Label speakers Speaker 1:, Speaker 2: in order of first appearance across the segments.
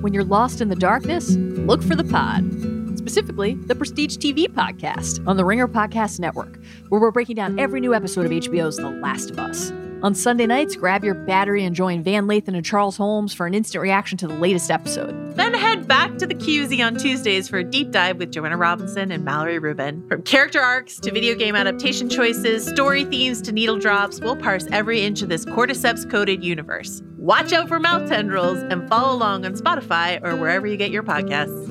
Speaker 1: When you're lost in the darkness, look for the pod, specifically the Prestige TV podcast on the Ringer Podcast Network, where we're breaking down every new episode of HBO's The Last of Us. On Sunday nights, grab your battery and join Van Lathan and Charles Holmes for an instant reaction to the latest episode.
Speaker 2: Then head back to the QZ on Tuesdays for a deep dive with Joanna Robinson and Mallory Rubin. From character arcs to video game adaptation choices, story themes to needle drops, we'll parse every inch of this cordyceps coded universe. Watch out for mouth tendrils and follow along on Spotify or wherever you get your podcasts.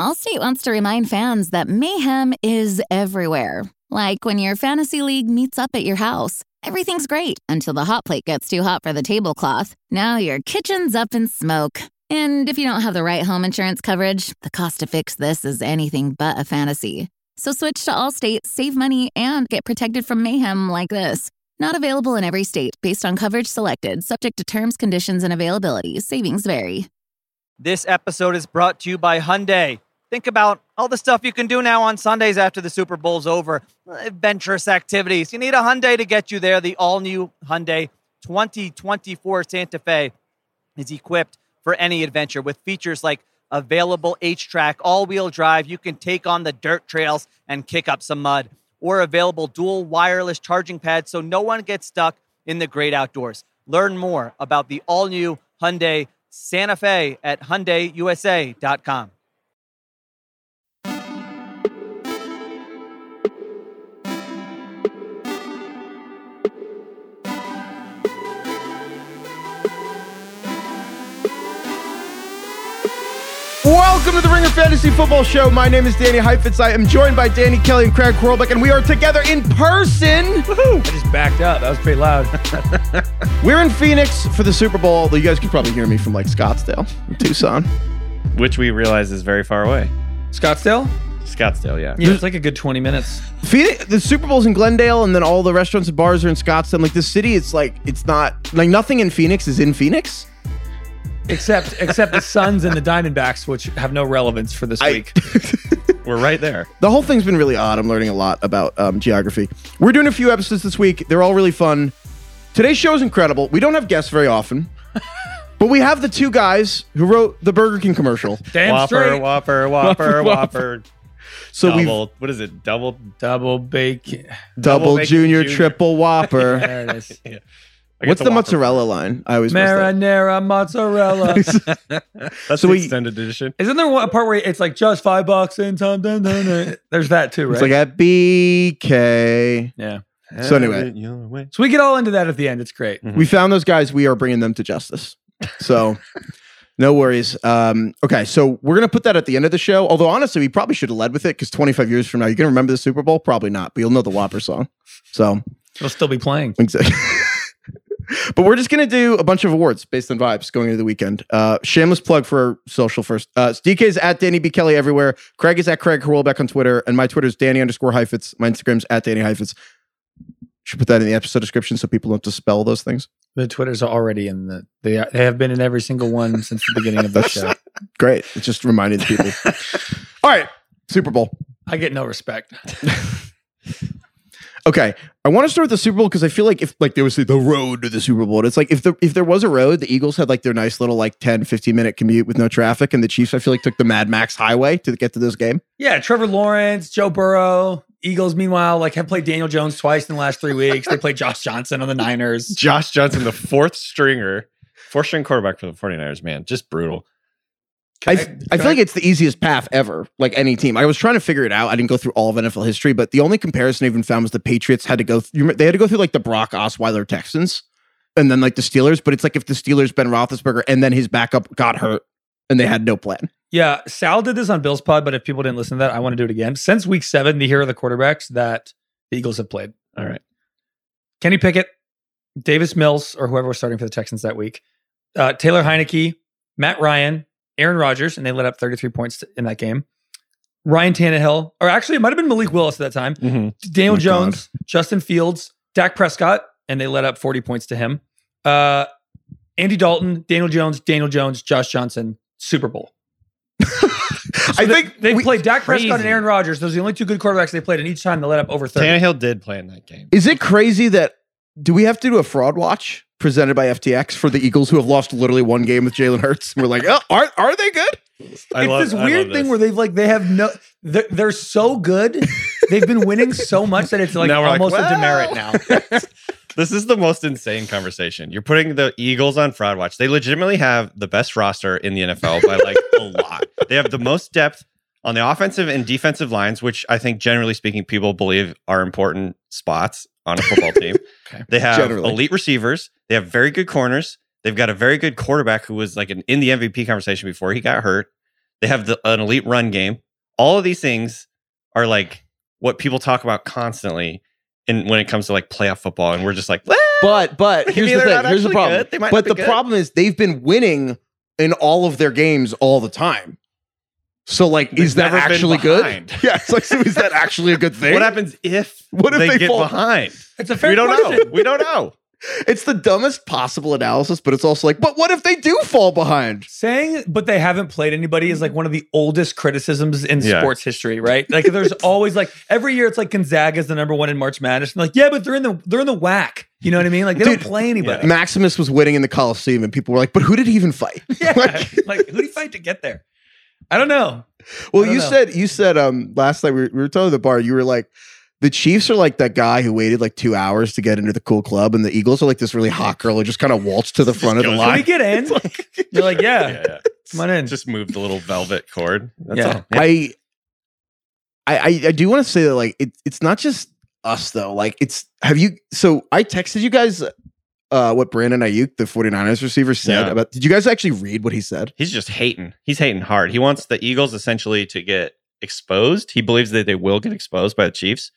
Speaker 3: Allstate wants to remind fans that mayhem is everywhere. Like when your fantasy league meets up at your house. Everything's great until the hot plate gets too hot for the tablecloth. Now your kitchen's up in smoke. And if you don't have the right home insurance coverage, the cost to fix this is anything but a fantasy. So switch to Allstate, save money, and get protected from mayhem like this. Not available in every state based on coverage selected, subject to terms, conditions, and availability. Savings vary.
Speaker 4: This episode is brought to you by Hyundai. Think about all the stuff you can do now on Sundays after the Super Bowl's over. Adventurous activities. You need a Hyundai to get you there. The all new Hyundai 2024 Santa Fe is equipped for any adventure with features like available H track, all wheel drive. You can take on the dirt trails and kick up some mud, or available dual wireless charging pads so no one gets stuck in the great outdoors. Learn more about the all new Hyundai Santa Fe at HyundaiUSA.com.
Speaker 5: Welcome to the Ringer Fantasy Football Show. My name is Danny Heifetz. I am joined by Danny Kelly and Craig Korlbeck, and we are together in person.
Speaker 6: I just backed up. That was pretty loud.
Speaker 5: We're in Phoenix for the Super Bowl, although you guys could probably hear me from like Scottsdale, from Tucson.
Speaker 7: which we realize is very far away.
Speaker 6: Scottsdale?
Speaker 7: Scottsdale, yeah.
Speaker 6: Yeah, it's like a good 20 minutes.
Speaker 5: Phoenix, the Super Bowl's in Glendale, and then all the restaurants and bars are in Scottsdale. Like this city, it's like it's not like nothing in Phoenix is in Phoenix.
Speaker 6: Except except the Suns and the Diamondbacks, which have no relevance for this
Speaker 5: I-
Speaker 6: week.
Speaker 7: We're right there.
Speaker 5: The whole thing's been really odd. I'm learning a lot about um, geography. We're doing a few episodes this week. They're all really fun. Today's show is incredible. We don't have guests very often, but we have the two guys who wrote the Burger King commercial.
Speaker 6: Damn
Speaker 7: Whopper,
Speaker 6: straight.
Speaker 7: whopper, whopper, whopper.
Speaker 5: So we've
Speaker 7: double. What is it? Double.
Speaker 6: Double bacon.
Speaker 5: double,
Speaker 7: Double bacon
Speaker 5: junior,
Speaker 7: junior.
Speaker 5: triple whopper.
Speaker 6: There it is.
Speaker 7: I get
Speaker 5: What's the,
Speaker 7: whopper.
Speaker 5: mozzarella line? I always mess that
Speaker 6: Marinara mozzarella.
Speaker 7: That's the
Speaker 5: So we-
Speaker 7: extended edition.
Speaker 6: Isn't there one, a part where it's like just five bucks and something? There's that too,
Speaker 5: up.
Speaker 6: right?
Speaker 5: It's like at BK.
Speaker 6: yeah.
Speaker 5: So anyway.
Speaker 7: Have it your way.
Speaker 6: So we get all into that at the end. It's great.
Speaker 5: We found those guys. We are bringing them to justice. So no worries. Um, okay, so we're gonna put that at the end of the show. Although honestly, we probably should have led with it because 25 years from now, you're gonna remember the Super Bowl. Probably not, but you'll know the Whopper song. So
Speaker 6: It'll still be playing.
Speaker 5: exactly. But we're just gonna do a bunch of awards based on vibes going into the weekend. Uh, shameless plug for social first. Uh, DK is at Danny B Kelly everywhere. Craig is at Craig Horwellbeck on Twitter, and my Twitter is Danny underscore Heifetz. My Instagram's at Danny Heifetz. Should put that in the episode description so people don't dispel those things.
Speaker 6: The Twitters are already in the. They, are, they have been in every single one since the beginning of the show.
Speaker 5: Great. It just reminded people. All right. Super Bowl.
Speaker 6: I get no respect.
Speaker 5: Okay. I want to start with the Super Bowl because I feel like if like there was the road to the Super Bowl, and it's like if the if there was a road, the Eagles had like their nice little like 10, 15 minute commute with no traffic, and the Chiefs, I feel like, took the Mad Max highway to get to this game.
Speaker 6: Yeah, Trevor Lawrence, Joe Burrow, Eagles. Meanwhile, like have played Daniel Jones twice in the last three weeks. they played Josh Johnson on the Niners.
Speaker 7: Josh Johnson, the fourth stringer, fourth string quarterback for the 49ers, man. Just brutal.
Speaker 5: I,
Speaker 6: Can
Speaker 5: I
Speaker 6: can
Speaker 5: feel like it's the easiest path ever, like any team. I was trying to figure it out. I didn't go through all of NFL history, but the only comparison I even found was the Patriots had to go. Th- you remember- they had to go through like the Brock Osweiler Texans, and then like the Steelers. But it's like if the Steelers Ben Roethlisberger and then his backup got hurt, and they had no plan.
Speaker 6: yeah. Sal did this on Bill's pod, but if people didn't listen to that, I want to do it again. Since week seven, the here are the quarterbacks that the Eagles have played:
Speaker 7: All right.
Speaker 6: Kenny Pickett, Davis Mills, or whoever was starting for the Texans that week, uh, Taylor Heineke, Matt Ryan, Aaron Rodgers, and they let up 33 points in that game. Ryan Tannehill, or actually, it might have been Malik Willis at that time.
Speaker 7: Mhm.
Speaker 6: Daniel
Speaker 5: Oh my
Speaker 6: Jones, Justin Fields, Dak Prescott, and they let up 40 points to him. Uh, Andy Dalton, Daniel Jones, Daniel Jones, Josh Johnson, Super Bowl.
Speaker 5: I
Speaker 6: they-
Speaker 5: think
Speaker 6: They
Speaker 5: we-
Speaker 6: played Dak Prescott
Speaker 7: crazy.
Speaker 6: and Aaron Rodgers. Those are the only two good quarterbacks they played, and each time they let up over 30.
Speaker 7: Tannehill did play in that game.
Speaker 5: Is it crazy that Do we have to do a fraud watch presented by FTX for the Eagles who have lost literally one game with Jalen Hurts? And we're like, oh, are are they good?
Speaker 7: I
Speaker 6: it's
Speaker 7: love
Speaker 6: this weird thing where they've like they have no they're, they're so good they've been winning so much that it's like
Speaker 7: Now we're like,
Speaker 6: almost a demerit
Speaker 7: "Well."
Speaker 6: now
Speaker 7: this is the most insane conversation. You're putting the Eagles on fraud watch. They legitimately have the best roster in the NFL by like a lot. They have the most depth on the offensive and defensive lines, which I think generally speaking, people believe are important spots on a football team.
Speaker 6: Okay.
Speaker 7: They have
Speaker 5: Generally.
Speaker 7: elite receivers. They have very good corners. They've got a very good quarterback who was like an, in the MVP conversation before he got hurt. They have the, an elite run game. All of these things are like what people talk about constantly. And when it comes to like playoff football, and we're just like, "Well,
Speaker 5: But but
Speaker 7: Maybe
Speaker 5: here's the
Speaker 7: they're
Speaker 5: thing.
Speaker 7: not
Speaker 5: Here's the
Speaker 7: actually
Speaker 5: problem.
Speaker 7: good. They might
Speaker 5: But
Speaker 7: not be
Speaker 5: the
Speaker 7: good.
Speaker 5: problem is they've been winning in all of their games all the time. So like,
Speaker 7: They've
Speaker 5: is that
Speaker 7: never been
Speaker 5: actually good?
Speaker 7: behind.
Speaker 5: Yeah, it's like, so is that actually a good thing?
Speaker 7: What happens if
Speaker 5: What if
Speaker 7: they,
Speaker 5: they
Speaker 7: get
Speaker 5: fall-
Speaker 7: behind?
Speaker 6: it's a fair
Speaker 7: we don't
Speaker 6: question.
Speaker 7: know. We don't know.
Speaker 5: It's the dumbest possible analysis, but it's also like, but what if they do fall behind?
Speaker 6: saying but they haven't played anybody is like one of the oldest criticisms in
Speaker 7: Yeah.
Speaker 6: sports history right like there's always like every year it's like gonzaga is the number one in march madness and like yeah but they're in the they're in the whack you know what i mean like they
Speaker 5: Dude,
Speaker 6: don't play anybody
Speaker 5: Maximus was winning in the Coliseum, and people were like, but who did he even fight?
Speaker 6: yeah,
Speaker 5: Like-
Speaker 6: like who do you fight to get there i don't know
Speaker 5: Well,
Speaker 6: I don't
Speaker 5: you
Speaker 6: know.
Speaker 5: said you said um last night we were, we were talking at the bar. You were like, the Chiefs are like that guy who waited like two hours to get into the cool club, and the Eagles are like this really hot girl who just kind of waltzed to the front of the
Speaker 7: goes
Speaker 6: Can we
Speaker 5: line.
Speaker 6: get in you're like yeah,
Speaker 7: Yeah, yeah.
Speaker 6: come on in
Speaker 7: Just move the little velvet cord. That's
Speaker 6: Yeah.
Speaker 7: all.
Speaker 5: I, I, I, I do want to say that like it, it's not just us though. Like it's have you? So I texted you guys. Uh, what Brandon Ayuk, the 49ers receiver, said
Speaker 7: Yeah.
Speaker 5: about. Did you guys actually read what he said?
Speaker 7: He's just hating. He's hating hard. He wants the Eagles essentially to get exposed. He believes that they will get exposed by the Chiefs.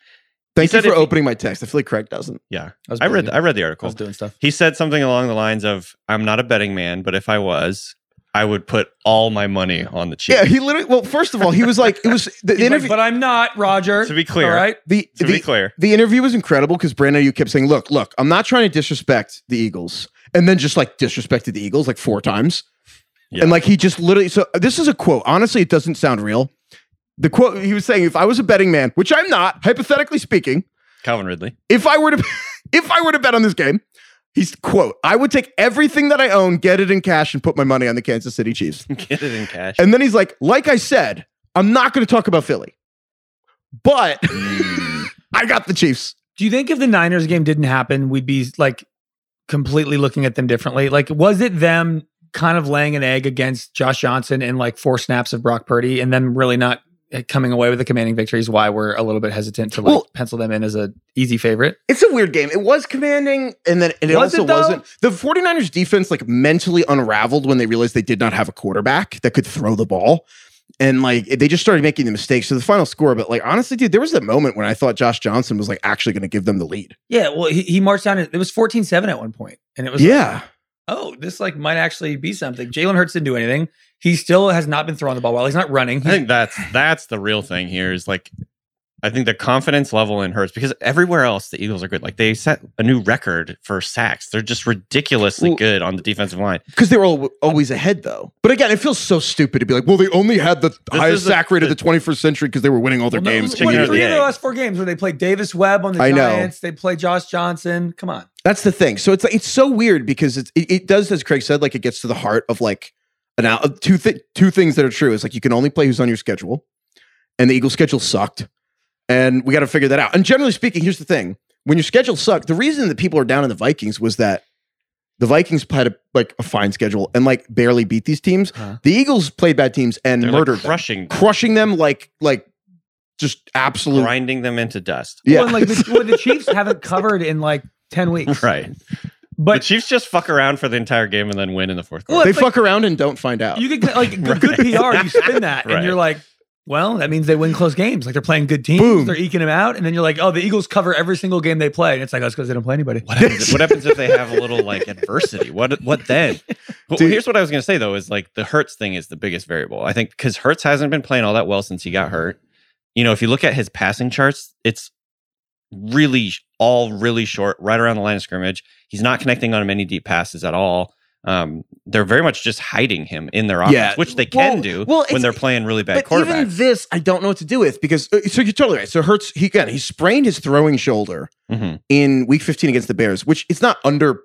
Speaker 5: Thank you
Speaker 7: said
Speaker 5: for
Speaker 7: if he-
Speaker 5: opening my text. I feel like Craig doesn't.
Speaker 6: was
Speaker 7: I read.
Speaker 6: bleeding.
Speaker 7: I read the
Speaker 6: I was
Speaker 7: article.
Speaker 6: doing stuff
Speaker 7: He said something along the lines of, "I'm not a betting man, but if I was, I would put all my money on the Chiefs."
Speaker 5: Yeah, he literally. Well, first of all, he was like, it was the
Speaker 6: He's like,
Speaker 5: interview.
Speaker 6: but i'm not roger
Speaker 7: To be clear.
Speaker 6: all right
Speaker 5: the,
Speaker 7: to
Speaker 5: the,
Speaker 7: be clear,
Speaker 5: the interview was incredible because Brandon, you kept saying, "Look, look, I'm not trying to disrespect the Eagles," and then just like disrespected the Eagles like four times,
Speaker 7: Yeah.
Speaker 5: and like he just literally. So this is a quote. Honestly, it doesn't sound real. The quote he was saying, "If I was a betting man, which I'm not, hypothetically speaking,
Speaker 7: Calvin Ridley.
Speaker 5: if I were to, if I were to bet on this game." He's quote, I would take everything that I own, get it in cash, and put my money on the Kansas City Chiefs.
Speaker 7: Get it in cash.
Speaker 5: And then he's like, like I said, I'm not going to talk about Philly, but I got the Chiefs.
Speaker 6: Do you think if the Niners game didn't happen, we'd be like completely looking at them differently? Like, was it them kind of laying an egg against Josh Johnson and like four snaps of Brock Purdy and them really not uh, coming away with a commanding victory is why we're a little bit hesitant to like
Speaker 5: Well-
Speaker 6: pencil them in as a easy favorite?
Speaker 5: It's a weird game. It was commanding, and then and it
Speaker 6: Was it,
Speaker 5: also
Speaker 6: though?
Speaker 5: wasn't. The 49ers defense like mentally unraveled when they realized they did not have a quarterback that could throw the ball. And like they just started making the mistakes. So the final score, but like honestly, dude, there was that moment when I thought Josh Johnson was like actually gonna give them the lead.
Speaker 6: Yeah. Well, he, he marched down. It was 14 7 at one point, And it was like,
Speaker 5: Yeah.
Speaker 6: oh, this like might actually be something. Jalen Hurts didn't do anything. He still has not been throwing the ball well. He's not running.
Speaker 7: I think that's that's the real thing here is like I think the confidence level in Hurts because everywhere else the Eagles are good. Like they set a new record for sacks. They're just ridiculously
Speaker 5: Well-
Speaker 7: good on the defensive line.
Speaker 5: Because they were al- always ahead though. But again, it feels so stupid to be like, well, they only had the highest
Speaker 7: is a-
Speaker 5: sack rate of the 21st century because they were winning all their
Speaker 6: Well, no,
Speaker 5: games.
Speaker 6: it was one
Speaker 7: Chicken
Speaker 6: of
Speaker 7: or
Speaker 6: three
Speaker 7: the
Speaker 6: of their
Speaker 7: egg.
Speaker 6: last four games where they play Davis Webb on the
Speaker 5: I know.
Speaker 6: Giants. They play Josh Johnson. Come on.
Speaker 5: That's the thing. So it's like it's so weird because it's, it it does, as Craig said, like it gets to the heart of like an out of two thi- two things that are true is like you can only play who's on your schedule, and the Eagles' schedule sucked, and we got to figure that out. And generally speaking, here's the thing: when your schedule sucked, the reason that people are down in the Vikings was that the Vikings had a, like a fine schedule and like barely beat these teams.
Speaker 6: Huh.
Speaker 5: The Eagles played bad teams and
Speaker 7: They're like,
Speaker 5: murdered, them.
Speaker 7: crushing,
Speaker 5: crushing them like like just absolute.
Speaker 7: grinding them into dust.
Speaker 5: Yeah,
Speaker 6: Well, and like the, well, the Chiefs haven't covered in like ten weeks,
Speaker 7: Right. the
Speaker 6: But
Speaker 7: Chiefs just fuck around for the entire game and then win in the fourth
Speaker 6: Well,
Speaker 7: quarter.
Speaker 5: they
Speaker 6: it's like-
Speaker 5: fuck around and don't find out.
Speaker 6: you could get, like good,
Speaker 7: Right.
Speaker 6: good PR. You spin that, and
Speaker 7: Right.
Speaker 6: you're like, well, that means they win close games. Like they're playing good teams,
Speaker 5: Boom.
Speaker 6: they're eking them out, and then you're like, oh, the Eagles cover every single game they play, and it's like, that's because they don't play anybody.
Speaker 7: What happens, what happens if they have a little like adversity? What what then? Well,
Speaker 5: Dude.
Speaker 7: here's what I was gonna say though is like the Hertz thing is the biggest variable. I think because Hertz hasn't been playing all that well since he got hurt. You know, if you look at his passing charts, it's really sh- all really short, right around the line of scrimmage. He's not connecting on many deep passes at all. Um, they're very much just hiding him in their offense,
Speaker 5: Yeah.
Speaker 7: which they can
Speaker 5: Well-
Speaker 7: do
Speaker 5: well, it's-
Speaker 7: when they're playing really bad
Speaker 5: but even
Speaker 7: quarterbacks.
Speaker 5: this, I don't know what to do with because uh, so you're totally right. So Hurts, he again, he sprained his throwing shoulder
Speaker 7: Mhm.
Speaker 5: in Week 15 against the Bears, which it's not under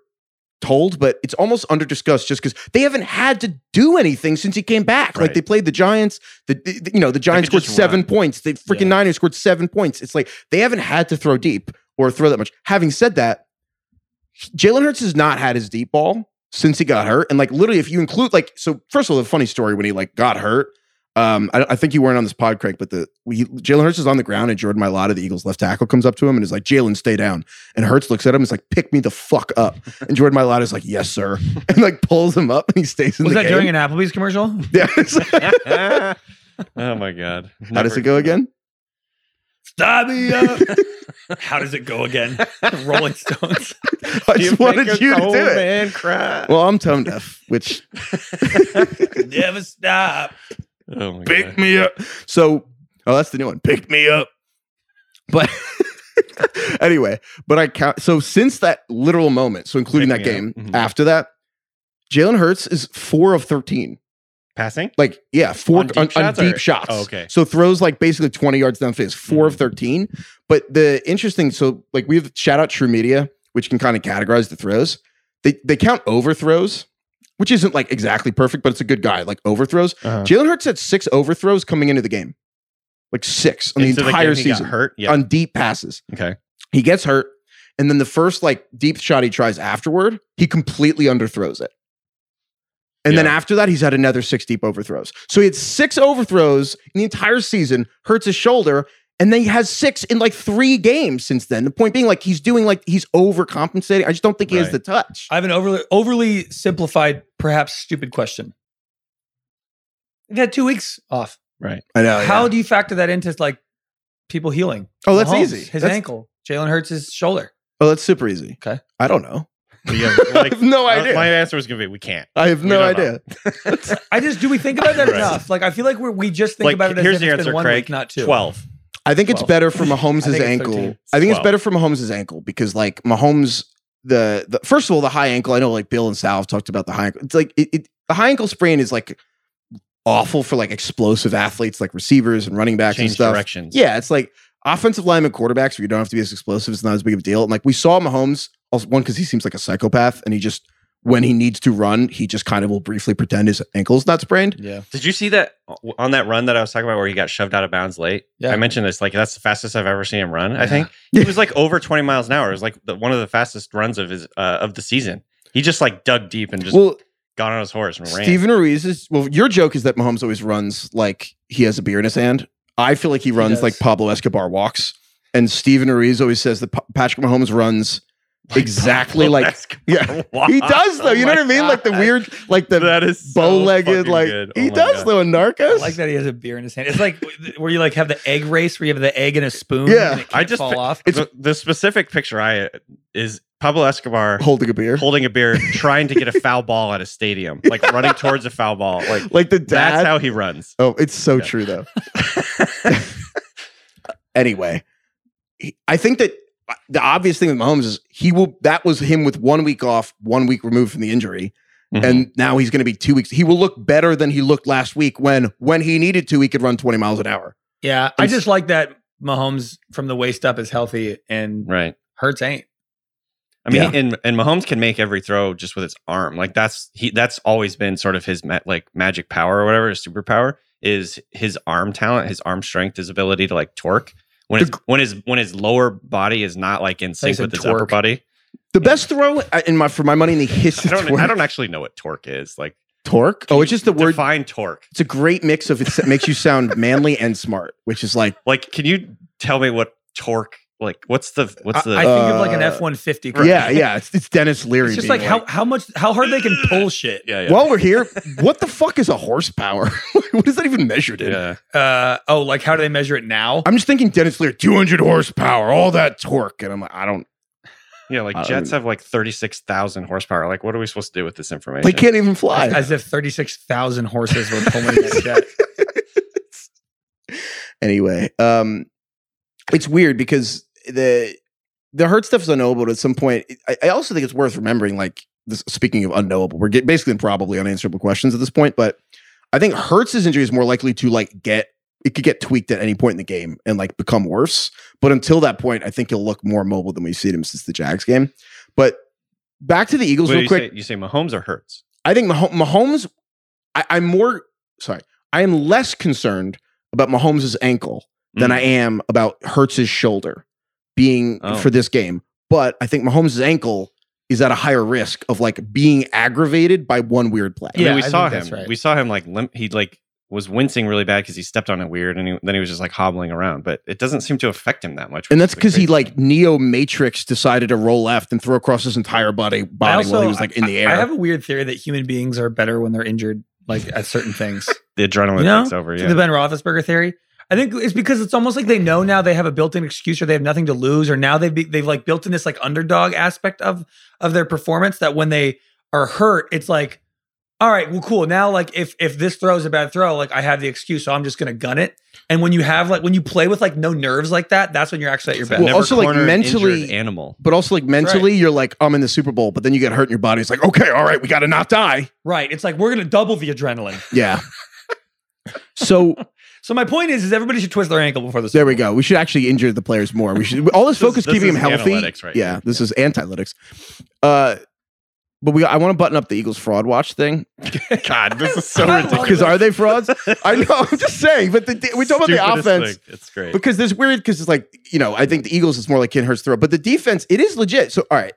Speaker 5: told, but it's almost under discussed just because they haven't had to do anything since he came back. Like
Speaker 7: Right.
Speaker 5: they played the Giants, the, the- the- you know the Giants
Speaker 7: could
Speaker 5: scored
Speaker 7: just
Speaker 5: seven
Speaker 7: run.
Speaker 5: points. The freaking
Speaker 6: Yeah.
Speaker 5: Niners scored seven points. It's like they haven't had to throw deep or throw that much. Having said that, Jalen Hurts has not had his deep ball since he got hurt. And like literally, if you include like, so first of all, the funny story when he like got hurt. Um, I, I think you weren't on this pod, Craig, but the we, Jalen Hurts is on the ground and Jordan Mailata, the Eagles left tackle, comes up to him and is like, "Jalen, stay down." And Hurts looks at him, and is like, "Pick me the fuck up." And Jordan Mailata's like, "Yes, sir," and like pulls him up and he stays in
Speaker 6: Was
Speaker 5: the
Speaker 6: that
Speaker 5: game.
Speaker 6: during an Applebee's commercial?
Speaker 5: yeah. it's like-
Speaker 7: oh my god!
Speaker 5: How does it go again?
Speaker 6: Stop me up. How does it go again? The Rolling Stones.
Speaker 5: I just wanted you to do it.
Speaker 7: Man cry.
Speaker 5: Well, I'm tone deaf, which
Speaker 6: Never stop.
Speaker 7: Oh my
Speaker 5: pick
Speaker 7: god!
Speaker 5: me up. So, oh, that's the new one. Pick me up. But anyway, but I count. So since that literal moment, so including
Speaker 7: Pick
Speaker 5: that
Speaker 7: me
Speaker 5: game,
Speaker 7: up. Mhm.
Speaker 5: after that, Jalen Hurts is four of thirteen.
Speaker 7: Passing.
Speaker 5: Like, yeah, four
Speaker 7: On
Speaker 5: on
Speaker 7: deep
Speaker 5: deep, on,
Speaker 7: shots
Speaker 5: deep
Speaker 7: or-
Speaker 5: shots.
Speaker 7: Oh, okay.
Speaker 5: So throws like basically 20 yards downfield, 4 of
Speaker 7: Mhm.
Speaker 5: 13. But the interesting, so like we have shout out True Media, which can kind of categorize the throws. They they count overthrows, which isn't like exactly perfect, but it's a good guy. Like overthrows.
Speaker 7: Uh-huh.
Speaker 5: Jalen Hurts had six overthrows coming into the game. Like six on the
Speaker 7: Into
Speaker 5: entire
Speaker 7: game he got
Speaker 5: season
Speaker 7: hurt. Yeah.
Speaker 5: on deep passes.
Speaker 7: okay.
Speaker 5: He gets hurt. And then the first like deep shot he tries afterward, he completely underthrows it. And then
Speaker 7: Yeah.
Speaker 5: after that, he's had another six deep overthrows. So he had six overthrows in the entire season, hurts his shoulder, and then he has six in like three games since then. The point being, like, he's doing like he's overcompensating. I just don't think he has
Speaker 7: Right.
Speaker 5: the touch.
Speaker 6: I have an overly overly simplified, perhaps stupid question. You had two weeks off.
Speaker 7: Right.
Speaker 5: I know.
Speaker 6: How do you factor that into like people healing?
Speaker 5: oh, that's
Speaker 6: Mahomes,
Speaker 5: easy.
Speaker 6: His
Speaker 5: That's-
Speaker 6: ankle. Jalen hurts his shoulder.
Speaker 5: Oh, that's super easy.
Speaker 6: Okay.
Speaker 5: I don't know.
Speaker 7: Yeah, uh,
Speaker 5: I have no idea.
Speaker 7: My answer was gonna be we can't.
Speaker 5: I have
Speaker 7: we
Speaker 5: no
Speaker 7: don't know.
Speaker 5: idea.
Speaker 6: I just do we think about that
Speaker 7: Right.
Speaker 6: enough? Like I feel like we're, we just think
Speaker 7: like
Speaker 6: about it. As
Speaker 7: here's
Speaker 6: if
Speaker 7: the
Speaker 6: it's been
Speaker 7: answer,
Speaker 6: one
Speaker 7: Craig.
Speaker 6: Week, not two.
Speaker 7: Twelve.
Speaker 5: I think it's
Speaker 6: Twelves.
Speaker 5: better for
Speaker 6: I
Speaker 5: Mahomes'
Speaker 6: think it's
Speaker 5: ankle.
Speaker 6: 13.
Speaker 5: I think it's
Speaker 7: Twelve.
Speaker 5: better for Mahomes' ankle because like Mahomes, the, the first of all, the high ankle. I know like Bill and Sal have talked about the high ankle. It's like it, it the high ankle sprain is like awful for like explosive athletes like receivers and running backs and
Speaker 7: Change
Speaker 5: stuff.
Speaker 7: directions.
Speaker 5: Yeah, it's like offensive lineman quarterbacks where you don't have to be as explosive. It's not as big of a deal. And like we saw Mahomes also one because he seems like a psychopath and he just when he needs to run, he just kind of will briefly pretend his ankle's not sprained.
Speaker 6: Yeah.
Speaker 7: Did you see that uh, on that run that I was talking about where he got shoved out of bounds late?
Speaker 6: Yeah.
Speaker 7: I mentioned this. Like that's the fastest I've ever seen him run. I think
Speaker 5: Yeah.
Speaker 7: he was like over 20 miles an hour. It was like the, one of the fastest runs of his uh, of the season. He just like dug deep and just
Speaker 5: Well,
Speaker 7: got on his horse and ran.
Speaker 5: Steven Ruiz is well. Your joke is that Mahomes always runs like he has a beer in his hand. I feel like he runs
Speaker 6: does.
Speaker 5: like Pablo Escobar walks, and Steven Ruiz always says that Pa- Patrick Mahomes runs. exactly like- yeah. He does though. You know what I mean? Like the weird, like the
Speaker 7: Oh that is so
Speaker 5: bow-legged.
Speaker 7: fucking
Speaker 5: Like
Speaker 7: good. Oh
Speaker 5: he
Speaker 7: my
Speaker 5: does
Speaker 7: God.
Speaker 5: though in
Speaker 6: I
Speaker 5: Narcos.
Speaker 6: like that he has a beer in his hand. It's like where you like have the egg race where you have the egg and a spoon.
Speaker 5: Yeah.
Speaker 6: and it
Speaker 7: I
Speaker 6: can't
Speaker 7: just
Speaker 6: fall
Speaker 7: fi-
Speaker 6: off.
Speaker 5: It's-
Speaker 7: the, the specific picture I is Pablo Escobar
Speaker 5: Holding a beer,
Speaker 7: holding a beer, trying to get a foul ball at a stadium, like running towards a foul ball. Like
Speaker 5: like the
Speaker 7: that's
Speaker 5: dad.
Speaker 7: how he runs.
Speaker 5: oh, it's so
Speaker 7: Yeah.
Speaker 5: true though. anyway, he- I think that uh, the obvious thing with Mahomes is he will. That was him with one week off, one week removed from the injury.
Speaker 7: Mm-hmm.
Speaker 5: and now he's going to be two weeks. He will look better than he looked last week when when he needed to, he could run twenty miles an hour.
Speaker 6: yeah. I just like that Mahomes from the waist up is healthy and
Speaker 7: right.
Speaker 6: Hurts ain't.
Speaker 7: I mean,
Speaker 5: Yeah.
Speaker 7: and and Mahomes can make every throw just with his arm. Like that's he that's always been sort of his ma- like magic power or whatever his superpower is his arm talent, his arm strength, his ability to like torque when his when his when his lower body is not like in sync
Speaker 6: said
Speaker 7: with his
Speaker 6: twerk.
Speaker 7: upper body.
Speaker 5: The best throw uh, in my for my money in the
Speaker 7: I
Speaker 5: history.
Speaker 7: don't
Speaker 5: torque.
Speaker 7: I don't actually know what torque is. Like
Speaker 5: torque. Oh, it's just the word.
Speaker 7: define torque.
Speaker 5: It's a great mix of it's- it makes you sound manly and smart, which is like
Speaker 7: Like can you tell me what torque like what's the what's the
Speaker 6: I think of like an
Speaker 5: Uh,
Speaker 6: F one fifty.
Speaker 5: yeah, yeah. It's, it's Dennis Leary.
Speaker 6: It's just
Speaker 5: being
Speaker 6: like how how much how hard they can pull shit.
Speaker 7: yeah, yeah.
Speaker 5: While we're here, what the fuck is a horsepower? what is that even measured in?
Speaker 7: yeah.
Speaker 6: Uh oh, like how do they measure it now?
Speaker 5: I'm just thinking Dennis Leary, 200 horsepower, all that torque, and I'm like, I don't.
Speaker 7: Yeah, like
Speaker 5: I don't
Speaker 7: jets have like 36,000 horsepower. Like what are we supposed to do with this information?
Speaker 5: They can't even fly.
Speaker 6: As, as if thirty six thousand horses were pulling that jet.
Speaker 5: anyway, um, it's weird because the the hurt stuff is unknowable. But at some point, I, I also think it's worth remembering. Like this, speaking of unknowable, we're get, basically in probably unanswerable questions at this point. But I think Hertz's injury is more likely to like get it could get tweaked at any point in the game and like become worse. But until that point, I think he'll look more mobile than we've seen him since the Jags game. But back to the Eagles
Speaker 7: Wait,
Speaker 5: real
Speaker 7: you
Speaker 5: quick.
Speaker 7: Say, you say Mahomes or Hurts?
Speaker 5: I think Mah- Mahomes, I, I'm more sorry. I am less concerned about Mahomes' ankle than
Speaker 7: Mm.
Speaker 5: I am about Hertz's shoulder being
Speaker 7: Oh.
Speaker 5: for this game. But I think Mahomes' ankle is at a higher risk of like being aggravated by one weird play.
Speaker 7: I mean,
Speaker 6: Yeah,
Speaker 7: we
Speaker 6: I think
Speaker 7: saw
Speaker 6: that's
Speaker 7: him.
Speaker 6: right.
Speaker 7: We saw him like limp. He like was wincing really bad because he stepped on it weird, and he, then he was just like hobbling around. But it doesn't seem to affect him that much.
Speaker 5: And
Speaker 7: which
Speaker 5: that's
Speaker 7: is the
Speaker 5: because he
Speaker 7: crazy
Speaker 5: like Neo Matrix decided to roll left and throw across his entire body body while he was like in the air.
Speaker 6: I, I have a weird theory that human beings are better when they're injured, like at certain things.
Speaker 7: the adrenaline
Speaker 6: You know?
Speaker 7: takes over. Yeah,
Speaker 6: The Ben Roethlisberger theory. I think it's because it's almost like they know now they have a built-in excuse or they have nothing to lose or now they've be, they've like built in this like underdog aspect of of their performance that when they are hurt it's like all right well cool now like if if this throw is a bad throw like I have the excuse so I'm just gonna gun it and when you have like when you play with like no nerves like that that's when you're actually at your best
Speaker 5: Well,
Speaker 7: Never
Speaker 5: also, like,
Speaker 7: corner an
Speaker 5: mentally-
Speaker 7: injured animal.
Speaker 5: but also like mentally, you're like I'm in the Super Bowl, but then you get hurt in your body. It's like okay, all right, we got to not die.
Speaker 6: right it's like we're gonna double the adrenaline
Speaker 5: Yeah. so
Speaker 6: so my point is is everybody should twist their ankle before the
Speaker 5: There we go. We should actually injure the players more. We should all this
Speaker 7: This is-
Speaker 5: focus
Speaker 7: this
Speaker 5: keeping
Speaker 7: is
Speaker 5: him healthy.
Speaker 7: analytics right
Speaker 5: yeah,
Speaker 7: here.
Speaker 5: this is analytics. Uh, but we I want to button up the Eagles fraud watch thing
Speaker 7: God, this is so
Speaker 6: I love
Speaker 7: ridiculous.
Speaker 5: because are they frauds? I know. I'm just saying. But the, the- we talk about the
Speaker 7: Stupidest
Speaker 5: offense
Speaker 7: thing. It's great.
Speaker 5: because there's weird because it's like you know I think the Eagles is more like Ken Hurts throw, but the defense it is legit. So all right,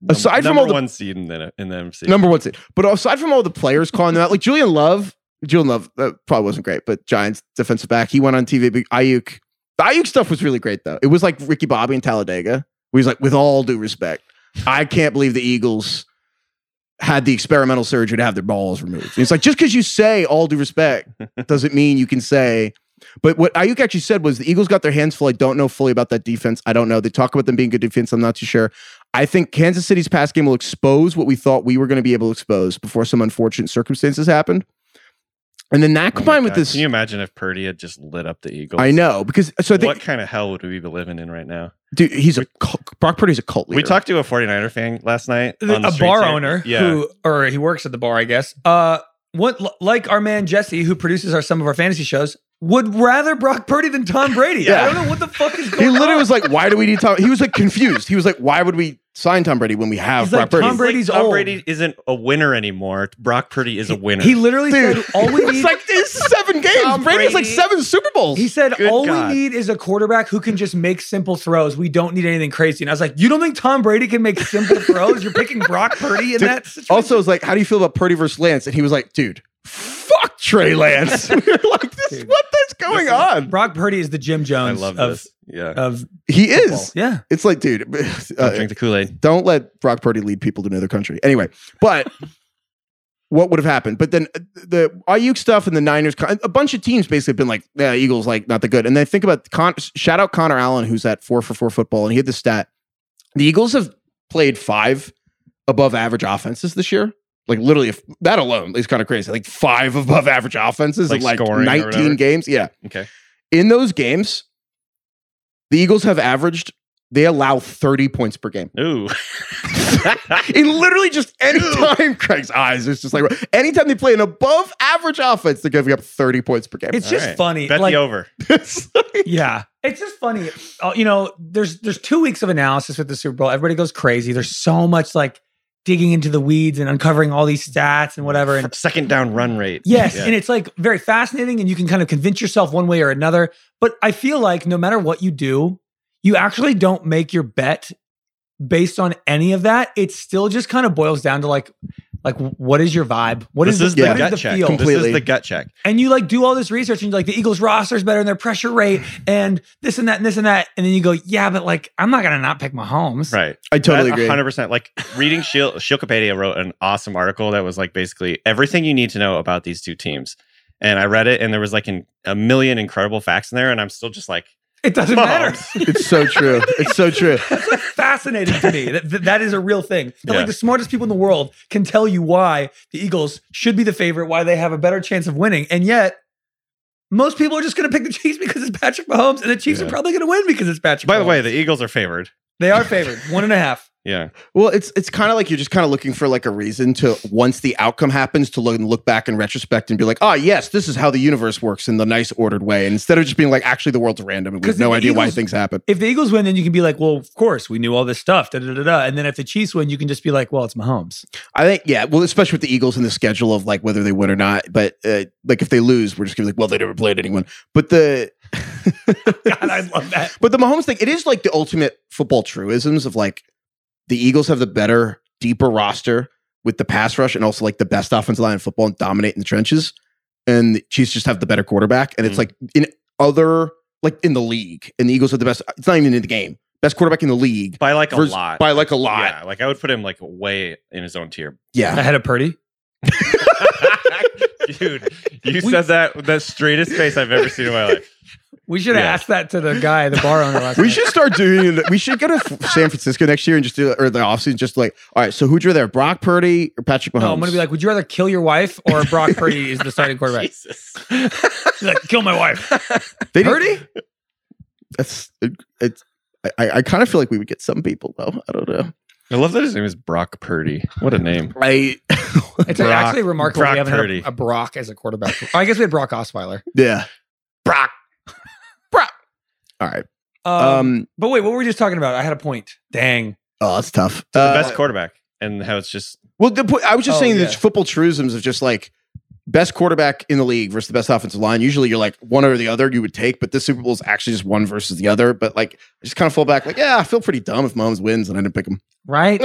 Speaker 7: Num-
Speaker 5: aside from
Speaker 7: number
Speaker 5: all the-
Speaker 7: one seed in the in the MC.
Speaker 5: number one seed. But aside from all the players calling them out, like Julian Love, Julian Love uh, probably wasn't great, but Giants defensive back, he went on TV. But Ayuk, the Ayuk stuff was really great though. It was like Ricky Bobby and Talladega. Where he's like, with all due respect, I can't believe the Eagles had the experimental surgery to have their balls removed. And it's like just because you say all due respect doesn't mean you can say. But what Ayuk actually said was the Eagles got their hands full. I don't know fully about that defense. I don't know. They talk about them being good defense. I'm not too sure. I think Kansas City's pass game will expose what we thought we were going to be able to expose before some unfortunate circumstances happened. And then that
Speaker 7: Oh my
Speaker 5: combined with
Speaker 7: God.
Speaker 5: this,
Speaker 7: Can you imagine if Purdy had just lit up the Eagles?
Speaker 5: I know because so I
Speaker 7: what
Speaker 5: think
Speaker 7: kind of hell would we be living in right now?
Speaker 5: dude, he's a cult, Brock Purdy's a cult leader.
Speaker 7: We talked to a 49er fan last night. on the
Speaker 6: a
Speaker 7: streets
Speaker 6: bar
Speaker 7: here.
Speaker 6: owner
Speaker 7: Yeah.
Speaker 6: who or he works at the bar i guess uh what like our man jesse who produces our some of our fantasy shows would rather brock purdy than tom brady
Speaker 5: Yeah.
Speaker 6: i don't know what the fuck is going
Speaker 5: He
Speaker 6: on
Speaker 5: literally was like, "Why do we need Tom?" He was like confused. He was like, "Why would we sign Tom Brady when we have
Speaker 6: He's
Speaker 5: Brock
Speaker 6: like,
Speaker 5: Purdy?"
Speaker 6: Tom Brady's
Speaker 7: Tom
Speaker 6: old.
Speaker 7: Brady isn't a winner anymore. Brock Purdy is a winner.
Speaker 6: he literally
Speaker 5: Dude,
Speaker 6: said all we
Speaker 5: it's
Speaker 6: need
Speaker 5: like it's seven games.
Speaker 7: Tom
Speaker 5: Brady's like
Speaker 7: Brady-
Speaker 5: seven Super Bowls.
Speaker 6: he said
Speaker 7: Good
Speaker 6: all
Speaker 7: God.
Speaker 6: we need is a quarterback who can just make simple throws we don't need anything crazy and i was like you don't think tom brady can make simple throws you're picking brock purdy in
Speaker 5: Dude, oh,
Speaker 6: that situation?
Speaker 5: also, it's like, "How do you feel about Purdy versus Lance?" And he was like, "Dude, fuck Trey Lance." we were like, this,
Speaker 6: Dude.
Speaker 5: "What is going on?"
Speaker 6: brock purdy is the jim
Speaker 7: I
Speaker 6: jones
Speaker 7: love
Speaker 6: of uh,
Speaker 7: this. Yeah.
Speaker 6: of
Speaker 5: He
Speaker 6: football.
Speaker 5: is.
Speaker 6: yeah
Speaker 5: It's like, dude,
Speaker 7: Don't
Speaker 5: uh,
Speaker 7: drink the Kool Aid.
Speaker 5: don't let Brock Purdy lead people to another country. Anyway, but what would have happened? But then uh, the Ayuk stuff and the Niners, con- a bunch of teams basically have been like, yeah, Eagles, like, not that good. And then think about, Con- shout out Connor Allen, who's at four for four football, and he had the stat. The Eagles have played five above average offenses this year. Like literally, if, that alone is kind of crazy. Like five above average offenses
Speaker 7: Like
Speaker 5: in like
Speaker 7: scoring or whatever.
Speaker 5: 19 games. Yeah
Speaker 7: Okay.
Speaker 5: in those games, the Eagles have averaged, they allow 30 points per game.
Speaker 7: Ooh.
Speaker 5: In literally just any time, Craig's eyes is just like, anytime they play an above average offense, they're giving up 30 points per game.
Speaker 6: it's
Speaker 7: All
Speaker 6: just
Speaker 7: right.
Speaker 6: funny
Speaker 7: Bet
Speaker 6: like
Speaker 7: the over.
Speaker 5: It's-
Speaker 6: yeah it's just funny uh, you know there's there's two weeks of analysis with the super bowl everybody goes crazy there's so much like digging into the weeds and uncovering all these stats and whatever and
Speaker 7: Second down run rate.
Speaker 6: yes
Speaker 7: Yeah.
Speaker 6: and it's like very fascinating and you can kind of convince yourself one way or another but i feel like no matter what you do you actually don't make your bet based on any of that it still just kind of boils down to like like what is your vibe What
Speaker 7: this
Speaker 6: is
Speaker 7: is, the
Speaker 5: yeah.
Speaker 6: what is
Speaker 7: gut
Speaker 6: the
Speaker 7: check.
Speaker 6: feel
Speaker 7: This
Speaker 5: Completely.
Speaker 7: is the gut check.
Speaker 6: and you like do all this research and you're like the Eagles roster is better and their pressure rate and this and that and this and that. And then you go, yeah, but like I'm not gonna not pick Mahomes.
Speaker 7: Right.
Speaker 5: I totally agree.
Speaker 7: Hundred percent. Like reading Shil Shilkapedia wrote an awesome article that was like basically everything you need to know about these two teams. And I read it, and there was like an, a million incredible facts in there, and I'm still just like,
Speaker 6: It doesn't matter.
Speaker 7: Mahomes.
Speaker 5: It's so true. It's so true.
Speaker 6: That's like fascinating to me. That, that that is a real thing. That
Speaker 7: Yeah.
Speaker 6: like the smartest people in the world can tell you why the Eagles should be the favorite, why they have a better chance of winning, and yet. Most people are just going to pick the Chiefs because it's Patrick Mahomes, and the Chiefs
Speaker 7: Yeah.
Speaker 6: are probably going to win because it's Patrick.
Speaker 7: By the
Speaker 6: Mahomes.
Speaker 7: way, the Eagles are favored.
Speaker 6: they are favored one and a half.
Speaker 7: Yeah.
Speaker 5: Well, it's it's kind of like you're just kind of looking for like a reason to once the outcome happens to look look back in retrospect and be like, oh yes, this is how the universe works in the nice ordered way. And instead of just being like, actually the world's random and we
Speaker 6: 'Cause
Speaker 5: have no
Speaker 6: the
Speaker 5: idea why
Speaker 6: Eagles-
Speaker 5: things happen.
Speaker 6: If the Eagles win, then you can be like, well, of course, we knew all this stuff, da da da da. And then if the Chiefs win, you can just be like, well, it's Mahomes.
Speaker 5: I think yeah, well, especially with the Eagles and the schedule of like whether they win or not. But uh, like if they lose, we're just gonna be like, well, they never played anyone. But the
Speaker 6: God, I love that.
Speaker 5: But the Mahomes thing, it is like the ultimate football truisms of like the Eagles have the better, deeper roster with the pass rush and also like the best offensive line in football and dominate in the trenches. And the Chiefs just have the better quarterback. And
Speaker 6: Mm.
Speaker 5: it's
Speaker 7: Mhm.
Speaker 5: like in other, like in the league, and the Eagles have the best, it's not even in the game, best quarterback in the league.
Speaker 7: By like a
Speaker 5: Vers-
Speaker 7: lot.
Speaker 5: By like a lot.
Speaker 7: Yeah. Like I would put him like way in his own tier.
Speaker 5: Yeah.
Speaker 6: Ahead of Purdy.
Speaker 7: Dude, you
Speaker 6: We-
Speaker 7: said that with the straightest face I've ever seen in my life.
Speaker 6: We should have
Speaker 7: Yeah.
Speaker 6: asked that to the guy, the bar owner last
Speaker 5: We
Speaker 6: night.
Speaker 5: should start doing it. We should go to F- San Francisco next year and just do, or the offseason, just like, all right, so who drew there? Brock Purdy or Patrick Mahomes?
Speaker 6: No, I'm gonna be like, would you rather kill your wife or Brock Purdy is the starting quarterback?
Speaker 7: Jesus.
Speaker 6: He's like, kill my wife.
Speaker 5: They didn't-
Speaker 6: Purdy?
Speaker 5: That's it, it's. I, I kind of feel like we would get some people though. I don't know.
Speaker 7: I love that his name is Brock Purdy. What a name.
Speaker 5: I.
Speaker 6: It's
Speaker 7: Brock-
Speaker 6: actually remarkable
Speaker 7: Brock
Speaker 6: we haven't
Speaker 7: Purdy.
Speaker 6: had a, a Brock as a quarterback. Oh, I guess we had Brock Osweiler.
Speaker 5: yeah. Brock. Brock. All right.
Speaker 6: Um,
Speaker 5: Um.
Speaker 6: but wait, what were we just talking about? I had a point. Dang.
Speaker 5: Oh, that's tough.
Speaker 7: The
Speaker 5: Uh,
Speaker 7: best quarterback. And how it's just
Speaker 5: well, the, po- I was just
Speaker 6: Oh,
Speaker 5: saying
Speaker 6: yeah.
Speaker 5: that football truisms of just like best quarterback in the league versus the best offensive line. Usually, you're like one or the other you would take, but this Super Bowl is actually just one versus the other. But like, I just kind of fall back. Like, yeah, I feel pretty dumb if Mahomes wins and I didn't pick him.
Speaker 6: Right?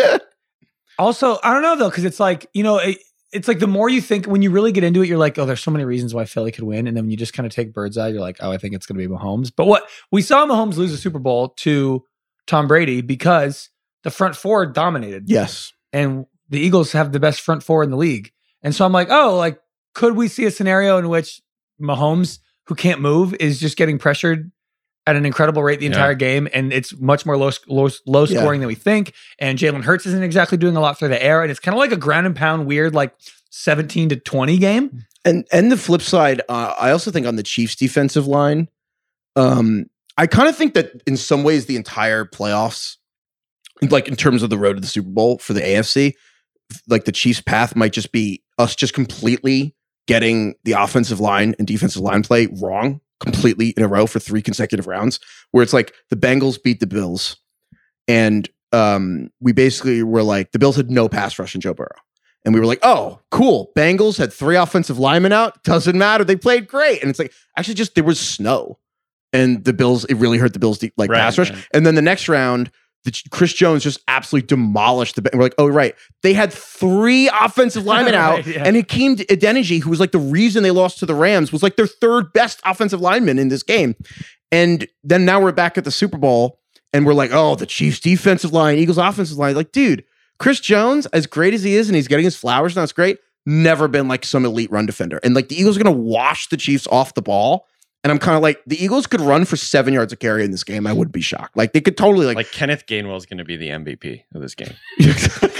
Speaker 6: also, I don't know though, because it's like, you know, it, it's like the more you think when you really get into it, you're like, oh, there's so many reasons why Philly could win. And then when you just kind of take bird's eye, you're like, oh, I think it's gonna be Mahomes. But what we saw Mahomes lose the Super Bowl to Tom Brady because the front four dominated.
Speaker 5: yes.
Speaker 6: and the Eagles have the best front four in the league. And so I'm like, oh, like could we see a scenario in which Mahomes, who can't move, is just getting pressured at an incredible rate the
Speaker 7: Yeah.
Speaker 6: entire game, and it's much more low sc- low, low
Speaker 5: Yeah.
Speaker 6: scoring than we think. And Jalen Hurts isn't exactly doing a lot through the air, and it's kind of like a ground and pound weird like 17 to 20 game.
Speaker 5: And and the flip side, uh, I also think on the Chiefs' defensive line, um, I kind of think that in some ways the entire playoffs, like in terms of the road to the Super Bowl for the AFC, like the Chiefs' path might just be us just completely getting the offensive line and defensive line play wrong completely in a row for three consecutive rounds, where it's like the Bengals beat the Bills, and um, we basically were like the Bills had no pass rush in Joe Burrow. And we were like, oh, cool. Bengals had three offensive linemen out. Doesn't matter. They played great. And it's like, actually, just there was snow. And the Bills, it really hurt the Bills, de- like
Speaker 7: Right,
Speaker 5: pass rush.
Speaker 7: right.
Speaker 5: And then the next round, the, Chris Jones just absolutely demolished the. Beng- We're like, oh, right. They had three offensive linemen
Speaker 6: Right,
Speaker 5: out.
Speaker 6: yeah.
Speaker 5: And Hakeem Adeniji, who was like the reason they lost to the Rams, was like their third best offensive lineman in this game. And then now we're back at the Super Bowl and we're like, oh, the Chiefs defensive line, Eagles offensive line. Like, dude, Chris Jones, as great as he is, and he's getting his flowers now, it's great, never been like some elite run defender. And like the Eagles are going to wash the Chiefs off the ball. And I'm kind of like, the Eagles could run for seven yards of carry in this game. I wouldn't be shocked. Like, they could totally, like,
Speaker 7: like, Kenneth Gainwell is going to be the MVP of this game.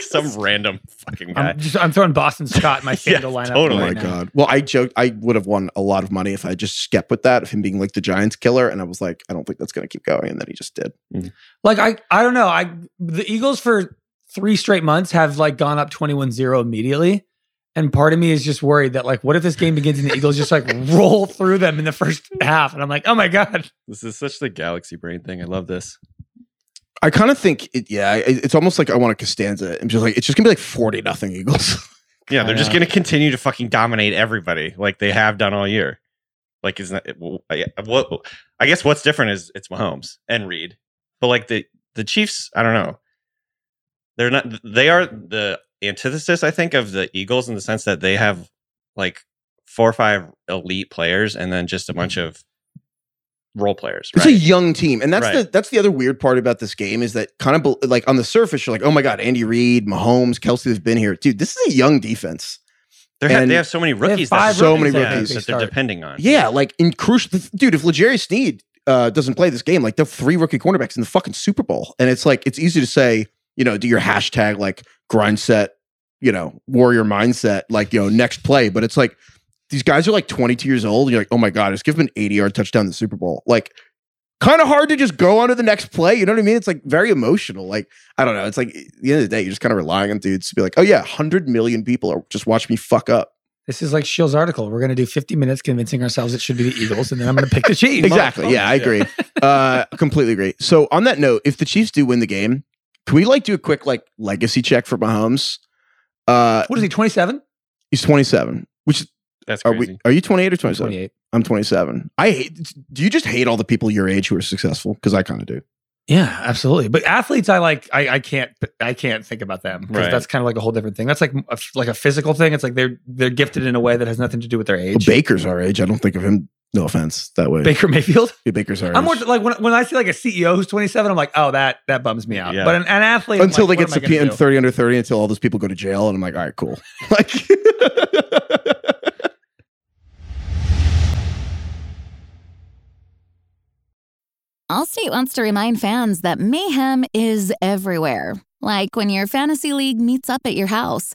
Speaker 7: Some random fucking guy.
Speaker 6: I'm just I'm throwing Boston Scott in my single lineup.
Speaker 7: totally.
Speaker 5: oh
Speaker 6: right
Speaker 5: my
Speaker 6: now.
Speaker 5: God. Well, I joked, I would have won a lot of money if I just skept with that, of him being like the Giants killer. And I was like, I don't think that's going to keep going. And then he just did.
Speaker 6: Like I I don't know. I the Eagles for three straight months have like gone up 21-0 immediately. And part of me is just worried that like what if this game begins and the Eagles just like roll through them in the first half and I'm like, "Oh my god."
Speaker 7: This is such the galaxy brain thing. I love this.
Speaker 5: I kind of think, it, yeah, it, it's almost like I want a Costanza. I'm just like, it's just gonna be like forty nothing Eagles.
Speaker 7: Yeah, they're just
Speaker 6: Yeah.
Speaker 7: going to continue to fucking dominate everybody like they have done all year. Like, isn't that well, I- what? I guess what's different is it's Mahomes and Reed, but like the the Chiefs, I don't know. They're not. They are the antithesis, I think, of the Eagles in the sense that they have like four or five elite players and then just a bunch of role players.
Speaker 5: Mm-hmm. It's a young team, and that's
Speaker 7: Right.
Speaker 5: the that's the other weird part about this game is that kind of like on the surface you're like, oh my god, Andy Reid, Mahomes, Kelsey have been here, dude. This is a young defense.
Speaker 7: They're ha-
Speaker 5: and
Speaker 7: they have so many rookies.
Speaker 6: five
Speaker 7: that
Speaker 5: So many
Speaker 7: yeah,
Speaker 5: rookies.
Speaker 7: that they're
Speaker 6: Start.
Speaker 7: depending on.
Speaker 5: Yeah, like in crucial, dude. If Legarius Sneed uh, doesn't play this game, like they have three rookie cornerbacks in the fucking Super Bowl, and it's like it's easy to say, you know, do your hashtag like grind set, you know, warrior mindset, like you know, next play, but it's like these guys are like 22 years old. And you're like, oh my god, just give them an 80 yard touchdown in the Super Bowl. Like kind of hard to just go on to the next play. You know what I mean? It's like very emotional. Like, I don't know. It's like at the end of the day, you're just kind of relying on dudes to be like, oh yeah, 100 million people are just watch me fuck up.
Speaker 6: This is like Shield's article. We're going to do 50 minutes convincing ourselves it should be the Eagles, and then I'm going to pick the Chiefs.
Speaker 5: Exactly. Yeah, I agree. uh, completely agree. So on that note, if the Chiefs do win the game, can we like do a quick like legacy check for Mahomes? Uh,
Speaker 6: What is he, 27?
Speaker 5: he's 27. Which
Speaker 7: That's
Speaker 5: are
Speaker 7: crazy.
Speaker 5: we? Are you 28 or 27?
Speaker 6: 28.
Speaker 5: I'm 27. I hate. Do you just hate all the people your age who are successful? Because I kind of do.
Speaker 6: Yeah, absolutely. But athletes, I like, I, I can't, I can't think about them because
Speaker 7: Right.
Speaker 6: that's kind of like a whole different thing. That's like, a, like a physical thing. It's like they're they're gifted in a way that has nothing to do with their age.
Speaker 5: Baker's our age. I don't think of him. No offense. That way.
Speaker 6: Baker Mayfield.
Speaker 5: Yeah, Baker's our age.
Speaker 6: I'm more like when, when I see like a CEO who's 27, I'm like, oh, that that bums me out.
Speaker 7: Yeah.
Speaker 6: But an, an athlete
Speaker 5: until
Speaker 6: I'm like,
Speaker 5: they
Speaker 6: what
Speaker 5: get to
Speaker 6: am I gonna
Speaker 5: PM
Speaker 6: do?
Speaker 5: 30 under 30 until all those people go to jail and I'm like all right cool like
Speaker 3: Allstate wants to remind fans that mayhem is everywhere. Like when your fantasy league meets up at your house,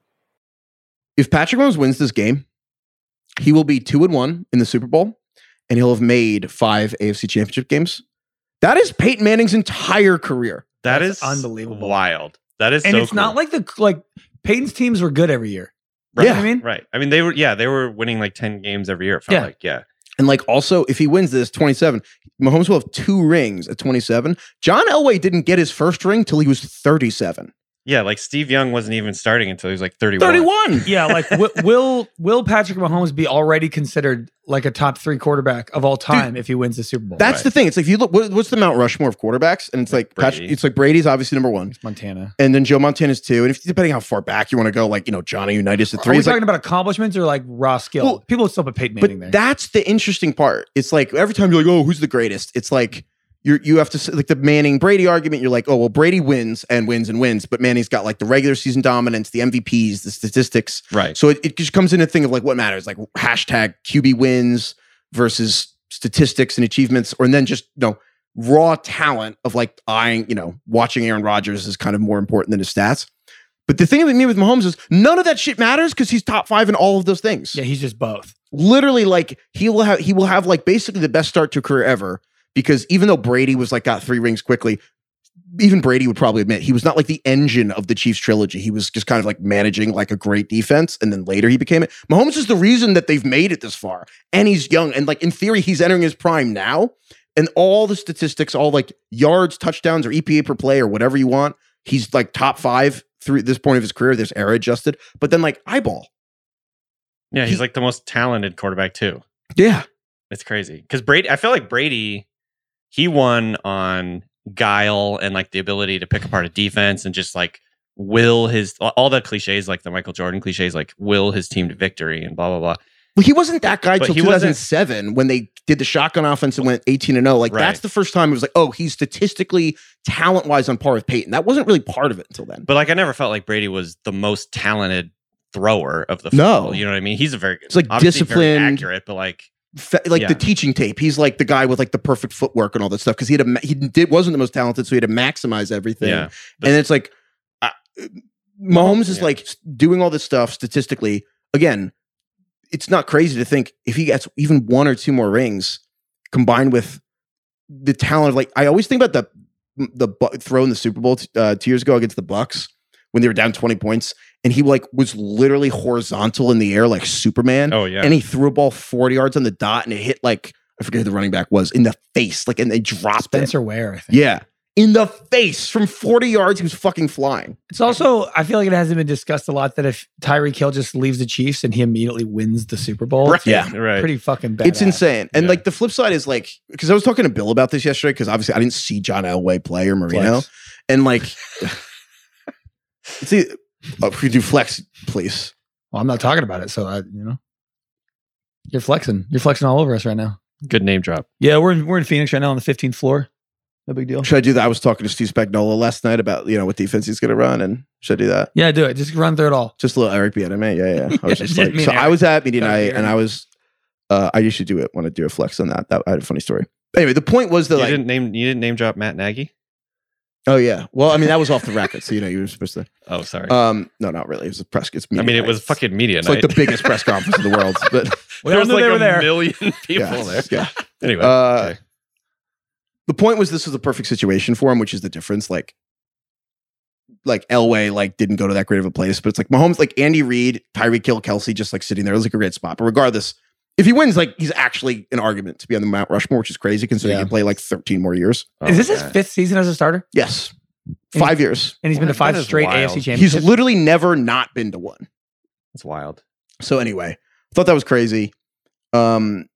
Speaker 5: if Patrick Mahomes wins this game he will be 2 and 1 in the Super Bowl and he'll have made 5 AFC championship games that is Peyton Manning's entire career
Speaker 7: That
Speaker 6: That's
Speaker 7: is
Speaker 6: unbelievable.
Speaker 7: Wild. That is
Speaker 6: And
Speaker 7: so
Speaker 6: it's not
Speaker 7: cool.
Speaker 6: like the like Peyton's teams were good every year.
Speaker 7: right.
Speaker 6: You know what I mean?
Speaker 7: right. I mean, they were yeah, they were winning like ten games every year. It felt
Speaker 6: Yeah.
Speaker 7: like yeah.
Speaker 5: and like also if he wins this 27 Mahomes will have two rings at 27 John Elway didn't get his first ring till he was 37
Speaker 7: Yeah, like Steve Young wasn't even starting until he was like 31.
Speaker 5: 31
Speaker 6: Yeah, like w- will will Patrick Mahomes be already considered like a top three quarterback of all time if he wins the Super Bowl?
Speaker 5: that's
Speaker 7: Right.
Speaker 5: the thing it's like if you look what, what's the Mount Rushmore of quarterbacks and it's like Patrick,
Speaker 7: Brady.
Speaker 5: it's like Brady's obviously number 1
Speaker 6: It's Montana.
Speaker 5: and then Joe Montana's two. And if depending how far back you want to go, like you know Johnny Unitas at
Speaker 6: Are
Speaker 5: three,
Speaker 6: we
Speaker 5: it's
Speaker 6: talking
Speaker 5: like,
Speaker 6: about accomplishments or like raw skill?
Speaker 5: Well,
Speaker 6: People would still put Peyton Manning
Speaker 5: but
Speaker 6: there.
Speaker 5: that's the interesting part. It's like every time you're like, oh, who's the greatest? It's like you you have to s- like the Manning Brady argument. You're like, oh well, Brady wins and wins and wins, but Manning's got like the regular season dominance, the MVPs, the statistics.
Speaker 7: Right.
Speaker 5: So it, it just comes in a thing of like what matters, like hashtag QB wins versus statistics and achievements, or and then just you know raw talent of like eyeing, you know, watching Aaron Rodgers is kind of more important than his stats. But the thing with me with Mahomes is none of that shit matters because he's top five in all of those things.
Speaker 6: yeah, he's just both.
Speaker 5: Literally, like he will have he will have like basically the best start to a career ever because even though Brady was like got three rings quickly, even Brady would probably admit he was not like the engine of the Chiefs trilogy. He was just kind of like managing like a great defense, and then later he became it. Mahomes is the reason that they've made it this far, and he's young, and like in theory he's entering his prime now, and all the statistics, all like yards, touchdowns, or EPA per play, or whatever you want, he's like top five through this point of his career. There's era adjusted, but then like eyeball,
Speaker 7: Yeah, he's
Speaker 5: He-
Speaker 7: like the most talented quarterback too.
Speaker 5: yeah,
Speaker 7: It's crazy because Brady. I feel like Brady, he won on guile and like the ability to pick apart a defense and just like will his all the cliches like the Michael Jordan cliches like will his team to victory and blah blah blah.
Speaker 5: Well, he wasn't that guy
Speaker 7: But
Speaker 5: till
Speaker 7: he wasn't-
Speaker 5: 2007 when they did the shotgun offense and went 18 and 0. Like
Speaker 7: Right.
Speaker 5: that's the first time it was like, oh, he's statistically talent wise on par with Peyton. That wasn't really part of it until then.
Speaker 7: But like I never felt like Brady was the most talented thrower of the
Speaker 5: No.
Speaker 7: football. You know what I mean? He's a very
Speaker 5: It's like
Speaker 7: obviously very
Speaker 5: disciplined.
Speaker 7: accurate, but like
Speaker 5: Fe- like
Speaker 7: Yeah.
Speaker 5: the teaching tape, he's like the guy with like the perfect footwork and all that stuff because he had a ma- he did wasn't the most talented, so he had to maximize everything.
Speaker 7: yeah.
Speaker 5: and it's like uh, Mahomes is
Speaker 7: Yeah.
Speaker 5: like s- doing all this stuff statistically. Again, it's not crazy to think if he gets even one or two more rings combined with the talent of like I always think about the the Bu- throw in the Super Bowl t- uh, two years ago against the Bucks when they were down twenty points and he like was literally horizontal in the air like Superman
Speaker 7: Oh yeah.
Speaker 5: and he threw a ball forty yards on the dot and it hit like I forget who the running back was in the face like and they dropped it.
Speaker 6: Spencer Ware, I think.
Speaker 5: Yeah. in the face from 40 yards. He was fucking flying.
Speaker 6: It's also, I feel like it hasn't been discussed a lot that if Tyreek Hill just leaves the Chiefs and he immediately wins the Super Bowl, it's
Speaker 5: Yeah.
Speaker 7: Right.
Speaker 6: pretty fucking bad.
Speaker 5: It's insane. And
Speaker 7: Yeah.
Speaker 5: like the flip side is like, because I was talking to Bill about this yesterday, because obviously I didn't see John Elway play or Marino. And like, see, oh, could you flex, please?
Speaker 6: Well, I'm not talking about it, so I, you know, you're flexing. You're flexing all over us right now.
Speaker 7: Good name drop.
Speaker 6: Yeah, we're in, we're in Phoenix right now on the 15th floor. No big deal.
Speaker 5: Should I do that? I was talking to Steve Spagnola last night about, you know, what defense he's going to run. And should I do that?
Speaker 6: Yeah, do it. Just run through it all.
Speaker 5: Just a little Eric Bieniemy. Yeah, yeah. I was
Speaker 6: Yeah,
Speaker 5: just
Speaker 6: didn't
Speaker 5: like,
Speaker 6: mean
Speaker 5: so I
Speaker 6: Eric.
Speaker 5: was at media
Speaker 6: Sorry,
Speaker 5: night and
Speaker 6: Eric.
Speaker 5: I was, uh, I usually do it when I do a flex on that. That I had a funny story. Anyway, the point was that
Speaker 7: You
Speaker 5: like,
Speaker 7: didn't name. You didn't name drop Matt Nagy.
Speaker 5: oh yeah, well, I mean that was off the record, so you know you were supposed to.
Speaker 7: Oh, sorry.
Speaker 5: Um, no, not really. It was a press. It's
Speaker 7: I
Speaker 5: media
Speaker 7: mean, it
Speaker 5: night.
Speaker 7: was fucking media
Speaker 5: It's
Speaker 7: night.
Speaker 5: like the biggest press conference in the world, but
Speaker 6: We all knew they were there.
Speaker 7: million people
Speaker 5: yeah,
Speaker 7: there.
Speaker 5: yeah.
Speaker 7: Anyway,
Speaker 5: Uh,
Speaker 7: okay.
Speaker 5: The point was this was the perfect situation for him, which is the difference. Like, like Elway like didn't go to that great of a place, but it's like Mahomes, like Andy Reid, Tyreek Hill, Kelsey, just like sitting there. It was like a great spot. But regardless, if he wins, like he's actually an argument to be on the Mount Rushmore, which is crazy considering
Speaker 6: Yeah.
Speaker 5: he can play like 13 more years.
Speaker 6: Is this
Speaker 7: Oh,
Speaker 6: his
Speaker 7: yeah.
Speaker 6: fifth season as a starter?
Speaker 5: Yes, five years.
Speaker 6: And he's been to
Speaker 7: That
Speaker 6: five
Speaker 7: is
Speaker 6: straight
Speaker 7: wild.
Speaker 6: AFC
Speaker 5: He's
Speaker 6: championships.
Speaker 5: literally never not been to one.
Speaker 7: It's wild.
Speaker 5: So anyway, thought that was crazy. Um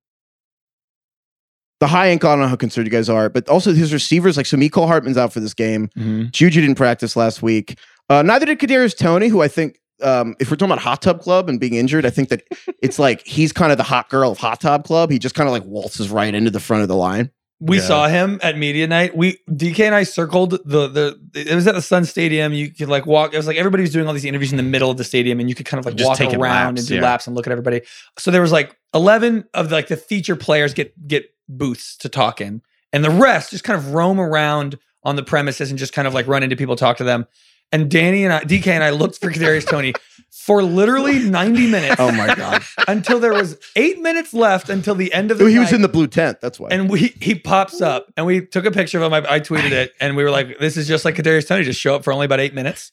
Speaker 5: the high ankle, I don't know how concerned you guys are, but also his receivers, like so Miko Hartman's out for this game.
Speaker 6: Mhm.
Speaker 5: Juju didn't practice last week. Uh, neither did Kadarius Tony, who I think um, if we're talking about hot tub club and being injured, I think that it's like he's kind of the hot girl of hot tub club. He just kind of like waltzes right into the front of the line.
Speaker 6: We
Speaker 7: Yeah.
Speaker 6: saw him at media night. We DK and I circled the the. It was at the Sun Stadium. You could like walk. It was like everybody was doing all these interviews in the middle of the stadium, and you could kind of like
Speaker 7: Just
Speaker 6: walk
Speaker 7: taking
Speaker 6: around
Speaker 7: laps,
Speaker 6: and do
Speaker 7: yeah.
Speaker 6: laps and look at everybody. So there was like eleven of like the feature players get get booths to talk in, and the rest just kind of roam around on the premises and just kind of like run into people, talk to them. And Danny and I, DK and I looked for Kadarius Tony for literally ninety minutes
Speaker 5: Oh my god!
Speaker 6: until there was eight minutes left until the end of the.
Speaker 5: he was
Speaker 6: night
Speaker 5: in the blue tent. That's why.
Speaker 6: and we he pops up and we took a picture of him. I, I tweeted it and we were like, this is just like Kadarius Tony, just show up for only about eight minutes,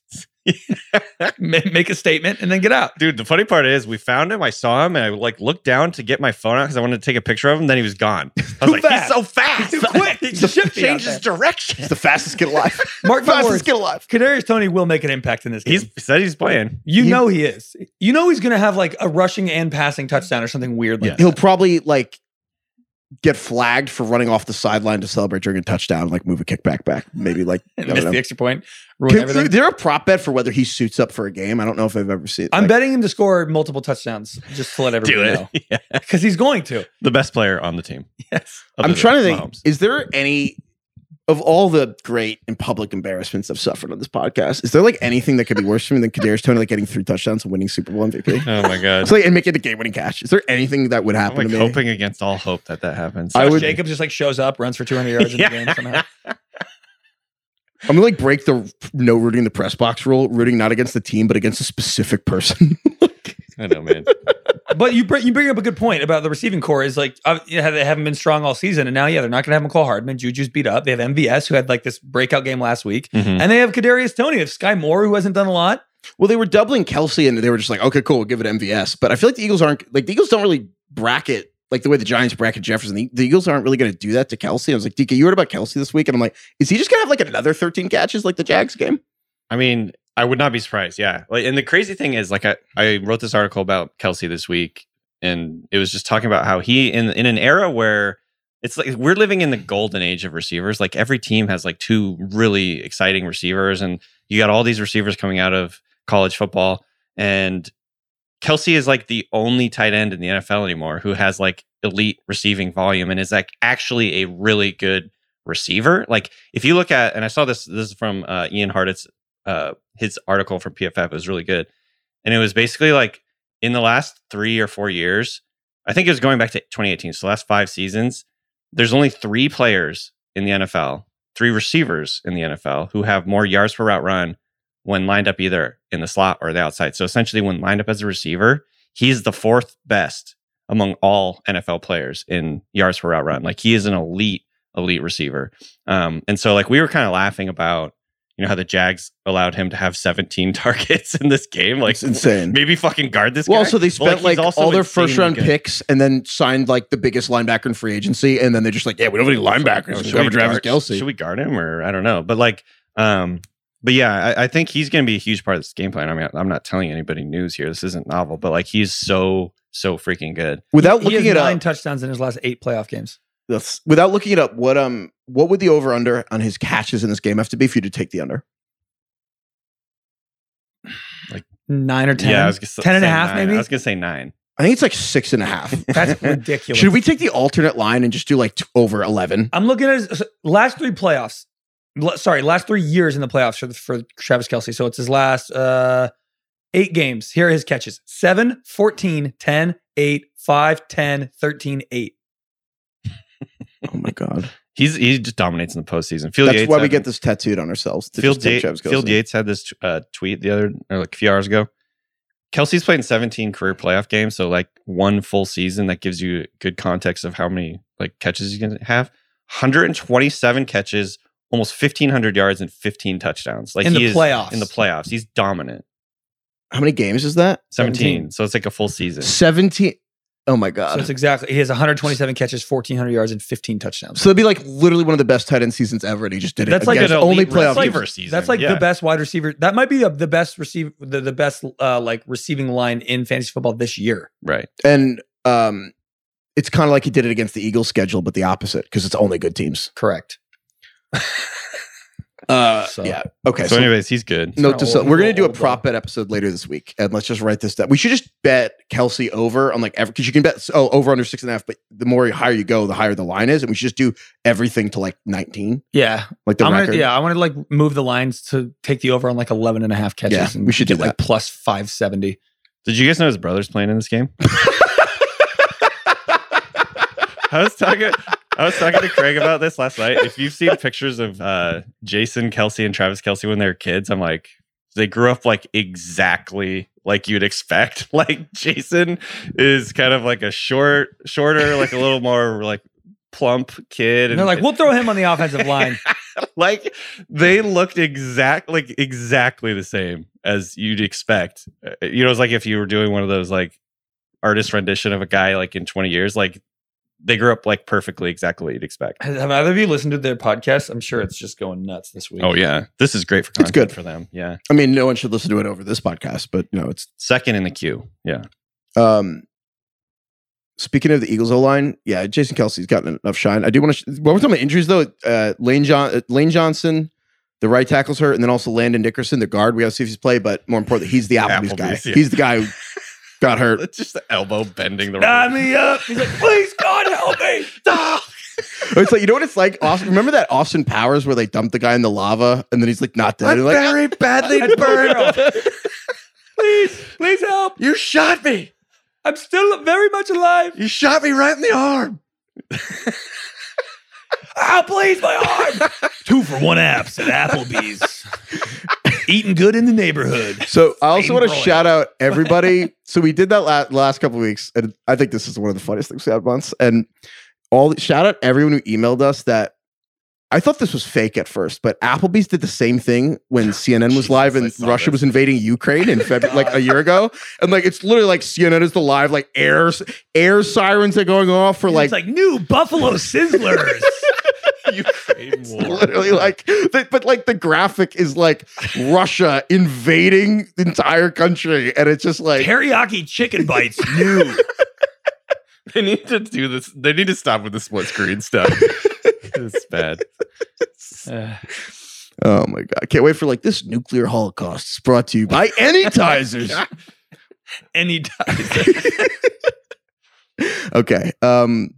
Speaker 6: ma- make a statement, and then get out.
Speaker 7: Dude, the funny part is we found him. I saw him and I like looked down to get my phone out because I wanted to take a picture of him. Then he was gone. I was like,
Speaker 6: fast.
Speaker 7: he's so fast.
Speaker 6: He's too quick. He
Speaker 7: just
Speaker 6: should be out
Speaker 7: changes direction.
Speaker 5: He's the fastest kid alive.
Speaker 6: Mark my words,
Speaker 5: fastest kid alive.
Speaker 6: Kadarius Tony will make an impact in this game.
Speaker 7: He's said he's playing.
Speaker 6: you
Speaker 5: he-
Speaker 6: know he is. You know he's going to have like a rushing and passing touchdown or something weird like
Speaker 7: Yeah.
Speaker 5: He'll probably like get flagged for running off the sideline to celebrate during a touchdown, like move a kickback back, maybe like I
Speaker 6: that.
Speaker 5: don't
Speaker 6: Missed
Speaker 5: know.
Speaker 6: the extra point, ruin
Speaker 5: Can,
Speaker 6: everything.
Speaker 5: is there a prop bet for whether he suits up for a game? I don't know if I've ever seen.
Speaker 6: I'm
Speaker 5: like,
Speaker 6: betting him to score multiple touchdowns just to let
Speaker 7: Do
Speaker 6: everybody know
Speaker 7: it. Yeah.
Speaker 6: because he's going to.
Speaker 7: The best player on the team.
Speaker 6: Yes.
Speaker 7: Other
Speaker 5: I'm
Speaker 7: than
Speaker 5: trying to think.
Speaker 7: Mahomes.
Speaker 5: Is there any of all the great and public embarrassments I've suffered on this podcast? Is there like anything that could be worse for me than Kadarius Tony like getting three touchdowns and winning Super Bowl MVP?
Speaker 7: Oh my god.
Speaker 5: It's like and making the game-winning catch. Is there anything that would
Speaker 7: I'm
Speaker 5: happen
Speaker 7: like
Speaker 5: to me?
Speaker 7: hoping against all hope that that happens.
Speaker 5: I
Speaker 6: Josh
Speaker 5: would-
Speaker 6: Jacobs just like shows up, runs for 200 yards in the game somehow.
Speaker 5: I'm gonna like break the no rooting the press box rule, rooting not against the team but against a specific person.
Speaker 7: I know, man.
Speaker 6: but you bring you bring up a good point about the receiving core is like uh, yeah, they haven't been strong all season, and now yeah, they're not going to have McCall Hardman. Juju's beat up. They have MVS who had like this breakout game last week,
Speaker 7: Mhm.
Speaker 5: Mm-hmm.
Speaker 6: and they have Kadarius Tony, they have Sky Moore who hasn't done a lot.
Speaker 5: well, they were doubling Kelsey and they were just like, okay, cool, we'll give it MVS. But I feel like the Eagles aren't like the Eagles don't really bracket like the way the Giants bracket Jefferson. The, the Eagles aren't really gonna do that to Kelsey. I was like, DK, you heard about Kelsey this week, and I'm like, is he just gonna have like another 13 catches like the Jags game?
Speaker 7: I mean, I would not be surprised. Yeah. Like, and the crazy thing is, like, I, I wrote this article about Kelsey this week, and it was just talking about how he in in an era where it's like we're living in the golden age of receivers. Like every team has like two really exciting receivers, and you got all these receivers coming out of college football, and Kelsey is like the only tight end in the NFL anymore who has like elite receiving volume and is like actually a really good receiver. Like if you look at, and I saw this, this is from uh, Ian Harditz uh, his article from PFF was really good. And it was basically like in the last three or four years, I think it was going back to 2018. So the last five seasons, there's only three players in the NFL, three receivers in the NFL who have more yards per route run when lined up either in the slot or the outside. So essentially, when lined up as a receiver, he's the fourth best among all NFL players in yards per route run. Like he is an elite, elite receiver. Um, and so like we were kind of laughing about You know how the Jags allowed him to have 17 targets in this game? Like,
Speaker 5: It's insane.
Speaker 7: maybe fucking guard this guy.
Speaker 5: Well, so they
Speaker 7: But,
Speaker 5: spent
Speaker 7: he's
Speaker 5: like,
Speaker 7: also
Speaker 5: all their
Speaker 7: insanely
Speaker 5: first round
Speaker 7: good.
Speaker 5: picks and then signed like the biggest linebacker in free agency. And then they're just like, yeah, we don't have any linebackers.
Speaker 7: Should
Speaker 5: we
Speaker 7: we
Speaker 5: cover Travis
Speaker 7: guard-
Speaker 5: Kelsey.
Speaker 7: Should we guard him or I don't know? But like, um, but yeah, I, I think he's going to be a huge part of this game plan. I mean, I'm not telling anybody news here. This isn't novel, but like, he's so so freaking good.
Speaker 5: without
Speaker 6: He has
Speaker 5: looking it
Speaker 6: nine
Speaker 5: up,
Speaker 6: touchdowns in his last eight playoff games.
Speaker 5: that's- without looking it up, what um what would the over under on his catches in this game have to be for you to take the under?
Speaker 6: Nine or ten.
Speaker 7: Yeah, I was gonna s-
Speaker 6: ten and a
Speaker 7: say
Speaker 6: half,
Speaker 7: nine.
Speaker 6: maybe.
Speaker 7: I was gonna say nine.
Speaker 5: I think it's like six and a half.
Speaker 6: That's ridiculous.
Speaker 5: Should we take the alternate line and just do like t- over eleven?
Speaker 6: I'm looking at his last three playoffs. l- Sorry, last three years in the playoffs for, for Travis Kelsey. So it's his last uh, eight games. Here are his catches 7, 14, 10, 8, 5, 10, 13, 8.
Speaker 5: Oh my god!
Speaker 7: He's he just dominates in the postseason. Field
Speaker 5: That's
Speaker 7: Yates
Speaker 5: why we
Speaker 7: had-
Speaker 5: get this tattooed on ourselves. to
Speaker 7: Field,
Speaker 5: just take
Speaker 7: Da-
Speaker 5: Travis
Speaker 7: Field
Speaker 5: Kelce.
Speaker 7: Yates had this uh, tweet the other or like a few hours ago. Kelsey's played in 17 career playoff games, so like one full season that gives you good context of how many like catches you can have. 127 catches, almost 1500 yards and 15 touchdowns. Like
Speaker 6: In
Speaker 7: he
Speaker 6: the
Speaker 7: is
Speaker 6: playoffs.
Speaker 7: in the playoffs, he's dominant.
Speaker 5: How many games is that?
Speaker 7: 17,
Speaker 6: 17.
Speaker 7: so it's like a full season.
Speaker 5: Seventeen. Oh my
Speaker 6: So
Speaker 5: god!
Speaker 6: it's exactly, he has 127 catches, 1,400 yards, and 15 touchdowns.
Speaker 5: So it'd be like literally one of the best tight end seasons ever, and he just did it.
Speaker 6: That's like
Speaker 5: against
Speaker 6: an
Speaker 5: only
Speaker 7: elite
Speaker 5: playoff
Speaker 7: receiver
Speaker 5: teams.
Speaker 7: season.
Speaker 6: That's like
Speaker 7: Yeah.
Speaker 6: the best wide receiver. That might be uh, the best receive the, the best uh, like receiving line in fantasy football this year.
Speaker 7: right.
Speaker 5: and um, it's kind of like he did it against the Eagles schedule, but the opposite because it's only good teams.
Speaker 6: Correct.
Speaker 5: Uh,
Speaker 6: So-
Speaker 5: yeah. Okay.
Speaker 7: so,
Speaker 5: So,
Speaker 7: anyways, he's good.
Speaker 5: note
Speaker 6: kinda
Speaker 5: to self:
Speaker 6: old-
Speaker 5: we're gonna do a
Speaker 6: old,
Speaker 5: prop bet episode later this week, and let's just write this down. We should just bet Kelsey over on like every because you can bet oh over under six and a half, but the more you- higher you go, the higher the line is, and we should just do everything to like nineteen,
Speaker 6: Yeah.
Speaker 5: like the
Speaker 6: I'm
Speaker 5: record.
Speaker 6: gonna, yeah, I want to like move the lines to take the over on like 11 and a half catches.
Speaker 5: Yeah,
Speaker 6: and
Speaker 5: we should do
Speaker 6: get, like plus 570.
Speaker 7: Did you guys know his brother's playing in this game? I was talking. I was talking to Craig about this last night. If you've seen pictures of uh, Jason Kelsey and Travis Kelsey when they were kids, I'm like, they grew up like exactly like you'd expect. Like Jason is kind of like a short, shorter, like a little more like plump kid,
Speaker 6: And they're like, we'll throw him on the offensive line.
Speaker 7: like they looked exact like exactly the same as you'd expect. Uh, You know, it's like if you were doing one of those like artist rendition of a guy like in 20 years, like they grew up like perfectly exactly what you'd expect.
Speaker 6: Have either of you listened to their podcast? I'm sure it's just going nuts this week.
Speaker 7: Oh yeah. This is great for
Speaker 5: It's
Speaker 7: content
Speaker 5: good.
Speaker 7: for them. Yeah.
Speaker 5: I mean, no one should listen to it over this podcast, but you know, it's
Speaker 7: Second in the queue. Yeah.
Speaker 5: Um, speaking of the Eagles O line, yeah, Jason Kelsey's gotten enough shine. I do want to. Sh- while we're talking about injuries, though, uh, Lane John, uh, Lane Johnson, the right tackle's hurt, and then also Landon Dickerson, the guard. We got to see if he's play, but more importantly, he's the Applebee's,
Speaker 7: Applebee's,
Speaker 5: guy.
Speaker 7: yeah.
Speaker 5: He's the guy who got hurt.
Speaker 7: It's just the elbow bending the
Speaker 6: Dime me up. He's like, please, God, help me.
Speaker 5: It's like you know what it's like. Austin, remember that Austin Powers where they dumped the guy in the lava, and then he's like not dead. And like,
Speaker 7: very badly
Speaker 6: I told Please, please help.
Speaker 7: you shot me.
Speaker 6: I'm still very much alive.
Speaker 7: You shot me right in the arm.
Speaker 6: Ow, Ah, please, my arm. Two for one apps at Applebee's. Eating good in the neighborhood.
Speaker 5: So I also
Speaker 6: Same
Speaker 5: want to
Speaker 6: rolling.
Speaker 5: shout out everybody. so we did that la- last couple of weeks, and I think this is one of the funniest things we had once. And all shout out everyone who emailed us that. I thought this was fake at first, but Applebee's did the same thing when CNN was
Speaker 7: Oh, Jesus,
Speaker 5: live
Speaker 7: I
Speaker 5: and
Speaker 7: saw
Speaker 5: Russia
Speaker 7: this.
Speaker 5: was invading Ukraine in February, like a year ago. And like it's literally like CNN is the live like air air sirens are going off for like,
Speaker 6: it's like new Buffalo Sizzlers.
Speaker 7: Ukraine war.
Speaker 5: literally like they, but like the graphic is like Russia invading the entire country, and it's just like
Speaker 6: Teriyaki chicken bites, new.
Speaker 7: They need to do this. They need to stop with the split screen stuff. it's bad.
Speaker 5: Oh my god! Can't wait for like this nuclear holocaust is brought to you by Anytizers.
Speaker 6: Any time.
Speaker 5: okay. Um.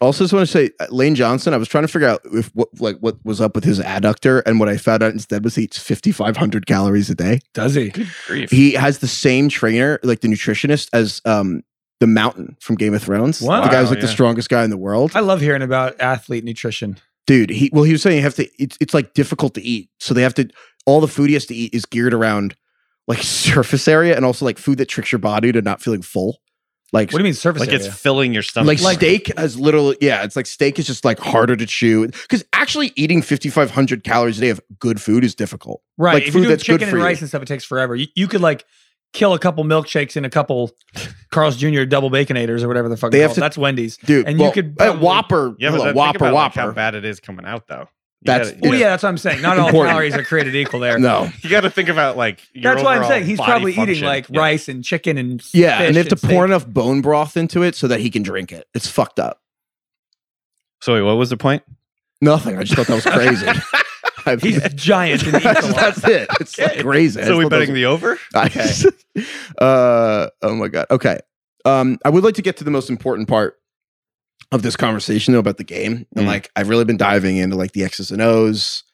Speaker 5: Also, just want to say uh, Lane Johnson. I was trying to figure out if what like what was up with his adductor, and what I found out instead was he eats fifty five hundred calories a day.
Speaker 6: Does he?
Speaker 7: Good grief.
Speaker 5: He has the same trainer, like the nutritionist, as um the Mountain from Game of Thrones.
Speaker 6: Wow.
Speaker 5: The guy who's like the
Speaker 7: Yeah.
Speaker 5: strongest guy in the world.
Speaker 6: I love hearing about athlete nutrition.
Speaker 5: dude he well he was saying you have to it's, it's like difficult to eat so they have to all the food he has to eat is geared around like surface area and also like food that tricks your body to not feeling full Like
Speaker 6: What do you mean surface
Speaker 7: Like
Speaker 6: area?
Speaker 7: it's filling your stomach.
Speaker 5: like, steak has literally yeah it's like steak is just like harder to chew because actually eating 5500 calories a day of good food is difficult
Speaker 6: right.
Speaker 5: like
Speaker 6: if
Speaker 5: food
Speaker 6: you do
Speaker 5: that's good
Speaker 6: chicken
Speaker 5: for
Speaker 6: and
Speaker 5: you.
Speaker 6: rice and stuff, it takes forever. You, you could like kill a couple milkshakes and a couple Carl's Jr. double baconators or whatever the fuck
Speaker 5: They
Speaker 6: they're
Speaker 5: have
Speaker 6: called.
Speaker 5: to-
Speaker 6: that's Wendy's.
Speaker 5: dude
Speaker 6: And you
Speaker 5: well,
Speaker 6: could
Speaker 5: uh,
Speaker 6: probably-
Speaker 5: whopper
Speaker 7: yeah, but then
Speaker 5: hold on,
Speaker 7: think
Speaker 5: whopper
Speaker 7: about, like,
Speaker 5: whopper
Speaker 7: how bad it is coming out though. You
Speaker 5: That's- Oh,
Speaker 7: gotta-
Speaker 5: Yeah.
Speaker 6: Well, yeah, that's what I'm saying. Not all
Speaker 5: Important.
Speaker 6: calories are created equal there.
Speaker 5: no
Speaker 7: You got to think about like. Your
Speaker 6: That's why I'm
Speaker 7: overall
Speaker 6: saying he's
Speaker 7: body
Speaker 6: probably eating
Speaker 7: function.
Speaker 6: like
Speaker 7: Yeah.
Speaker 6: rice and chicken and
Speaker 5: yeah
Speaker 6: fish
Speaker 5: and they have to
Speaker 6: steak.
Speaker 5: pour enough bone broth into it so that he can drink it it's fucked up
Speaker 7: So wait, what was the point?
Speaker 5: nothing i just thought that was crazy I mean,
Speaker 6: He's giant and eats a
Speaker 5: that's,
Speaker 6: lot.
Speaker 5: that's it it's like crazy I
Speaker 7: So
Speaker 5: just
Speaker 7: we
Speaker 5: thought that was-
Speaker 7: betting the over?
Speaker 5: Okay. uh, oh my god. Okay. Um, I would like to get to the most important part of this conversation though about the game, and
Speaker 7: Mm.
Speaker 5: like I've really been diving into like the X's and O's,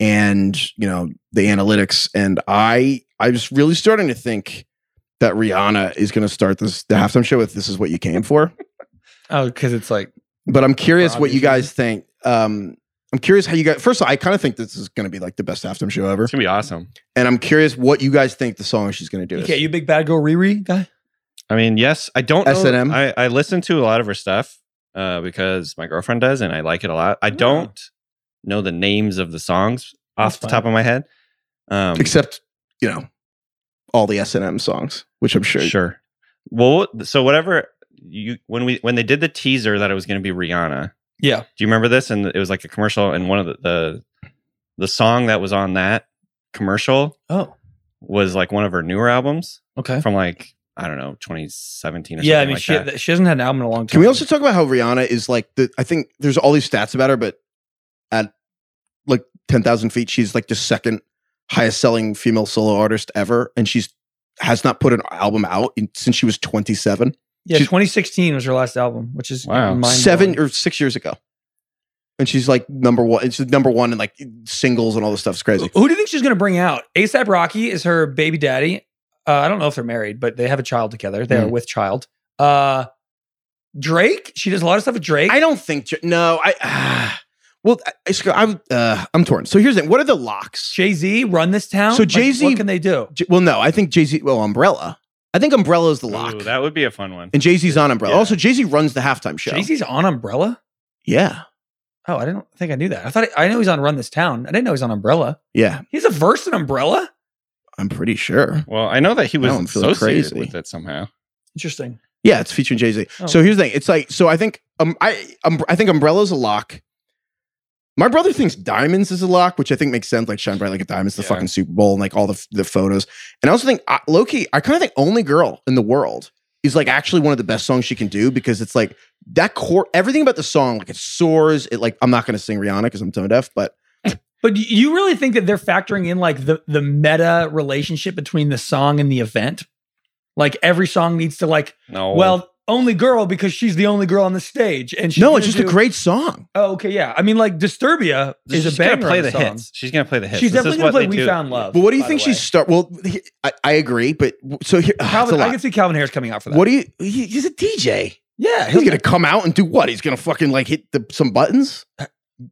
Speaker 5: and you know the analytics, and I I was really starting to think that Rihanna is going to start this the halftime show with "This Is What You Came For."
Speaker 6: Oh, because it's like
Speaker 5: but I'm curious
Speaker 6: For
Speaker 5: what you
Speaker 6: obvious
Speaker 5: guys think. Um, I'm curious how you guys. First of all, I kind of think this is going to be like the best halftime show ever,
Speaker 7: It's gonna be awesome.
Speaker 5: and I'm curious what you guys think the song she's going to do.
Speaker 6: okay,
Speaker 5: is.
Speaker 6: you big bad girl Riri guy.
Speaker 7: I mean, yes, I don't know.
Speaker 5: S&M.
Speaker 7: I, I listen to a lot of her stuff uh, because my girlfriend does, and I like it a lot. I don't know the names of the songs off
Speaker 6: That's
Speaker 7: the
Speaker 6: fine.
Speaker 7: top of my head. Um,
Speaker 5: except you know all the S and M songs, which I'm sure.
Speaker 7: sure. Well, so whatever you when we when they did the teaser that it was going to be Rihanna.
Speaker 6: Yeah.
Speaker 7: Do you remember this? And it was like a commercial, and one of the the, the song that was on that commercial
Speaker 6: Oh,
Speaker 7: was like one of her newer albums
Speaker 6: okay.
Speaker 7: from like I don't know 2017 or
Speaker 6: Yeah, I
Speaker 7: something
Speaker 6: mean
Speaker 7: like
Speaker 6: she
Speaker 7: that.
Speaker 6: she hasn't had an album in a long time.
Speaker 5: Can we also talk about how Rihanna is like the? I think there's all these stats about her, but at like ten thousand feet, she's like the second highest selling female solo artist ever, and she's has not put an album out in, since she was 27,
Speaker 6: Yeah,
Speaker 5: she's-
Speaker 6: 2016 was her last album, which is
Speaker 7: Wow.
Speaker 6: mind-blowing.
Speaker 5: seven or six years ago, and she's like number one. It's number one in like singles and all this stuff. It's crazy.
Speaker 6: Who do you think she's gonna bring out? ASAP Rocky is her baby daddy. Uh, I don't know if they're married, but they have a child together. They are with child. Uh, Drake. She does a lot of stuff with Drake.
Speaker 5: I don't think no. I ah. well, I, I'm uh, I'm torn. So here's the thing. What are the locks?
Speaker 6: Jay Z run this town.
Speaker 5: So
Speaker 6: Like,
Speaker 5: Jay-Z-
Speaker 6: what can they do?
Speaker 5: J- well, no, I think Jay Z. Well, Umbrella. I think Umbrella is the lock,
Speaker 7: Ooh, that would be a fun one.
Speaker 5: and Jay Z's on Umbrella.
Speaker 7: Yeah.
Speaker 5: Also, Jay Z runs the halftime show.
Speaker 6: Jay Z's on Umbrella.
Speaker 5: Yeah,
Speaker 6: Oh, I didn't think I knew that. I thought I know he's on Run This Town. I didn't know he's on Umbrella.
Speaker 5: yeah,
Speaker 6: He's a verse in Umbrella.
Speaker 5: I'm pretty sure.
Speaker 7: Well, I know that he was
Speaker 5: Now I'm feeling
Speaker 7: associated
Speaker 5: crazy.
Speaker 7: with it somehow.
Speaker 6: Interesting.
Speaker 5: Yeah, it's featuring Jay Z.
Speaker 6: Oh.
Speaker 5: So here's the thing. It's like so. I think um, I um, I think Umbrella's a lock. My brother thinks Diamonds is a lock, which I think makes sense. Like shine bright like a diamond's the
Speaker 7: Yeah.
Speaker 5: fucking Super Bowl and like all the f- the photos. And I also think uh, Loki. I kind of think only girl in the world is like actually one of the best songs she can do because it's like that core everything about the song like it soars. It like I'm not gonna sing Rihanna because I'm tone deaf, but
Speaker 6: But do you really think that they're factoring in like the the meta relationship between the song and the event? Like every song needs to like
Speaker 7: No.
Speaker 6: well only girl because she's the only girl on the stage and she's
Speaker 5: no,
Speaker 6: gonna
Speaker 5: it's just
Speaker 6: do-
Speaker 5: a great song.
Speaker 6: Oh, okay, yeah. I mean, like Disturbia is a banger.
Speaker 7: play
Speaker 6: on
Speaker 7: the
Speaker 6: song.
Speaker 7: hits. She's gonna play the hits.
Speaker 6: She's
Speaker 7: This is
Speaker 6: definitely gonna
Speaker 7: what
Speaker 6: play
Speaker 7: they
Speaker 6: "We
Speaker 7: do.
Speaker 6: Found Love."
Speaker 5: But what do you
Speaker 6: by
Speaker 5: think
Speaker 6: the
Speaker 5: she
Speaker 6: way.
Speaker 5: start? Well, he- I, I agree, but w- so here, ugh,
Speaker 6: Calvin,
Speaker 5: it's a
Speaker 6: I
Speaker 5: lot.
Speaker 6: can see Calvin Harris coming out for that.
Speaker 5: what do you? He, he's a DJ.
Speaker 6: yeah,
Speaker 5: He's gonna come out and do what? He's gonna fucking like hit the, some buttons.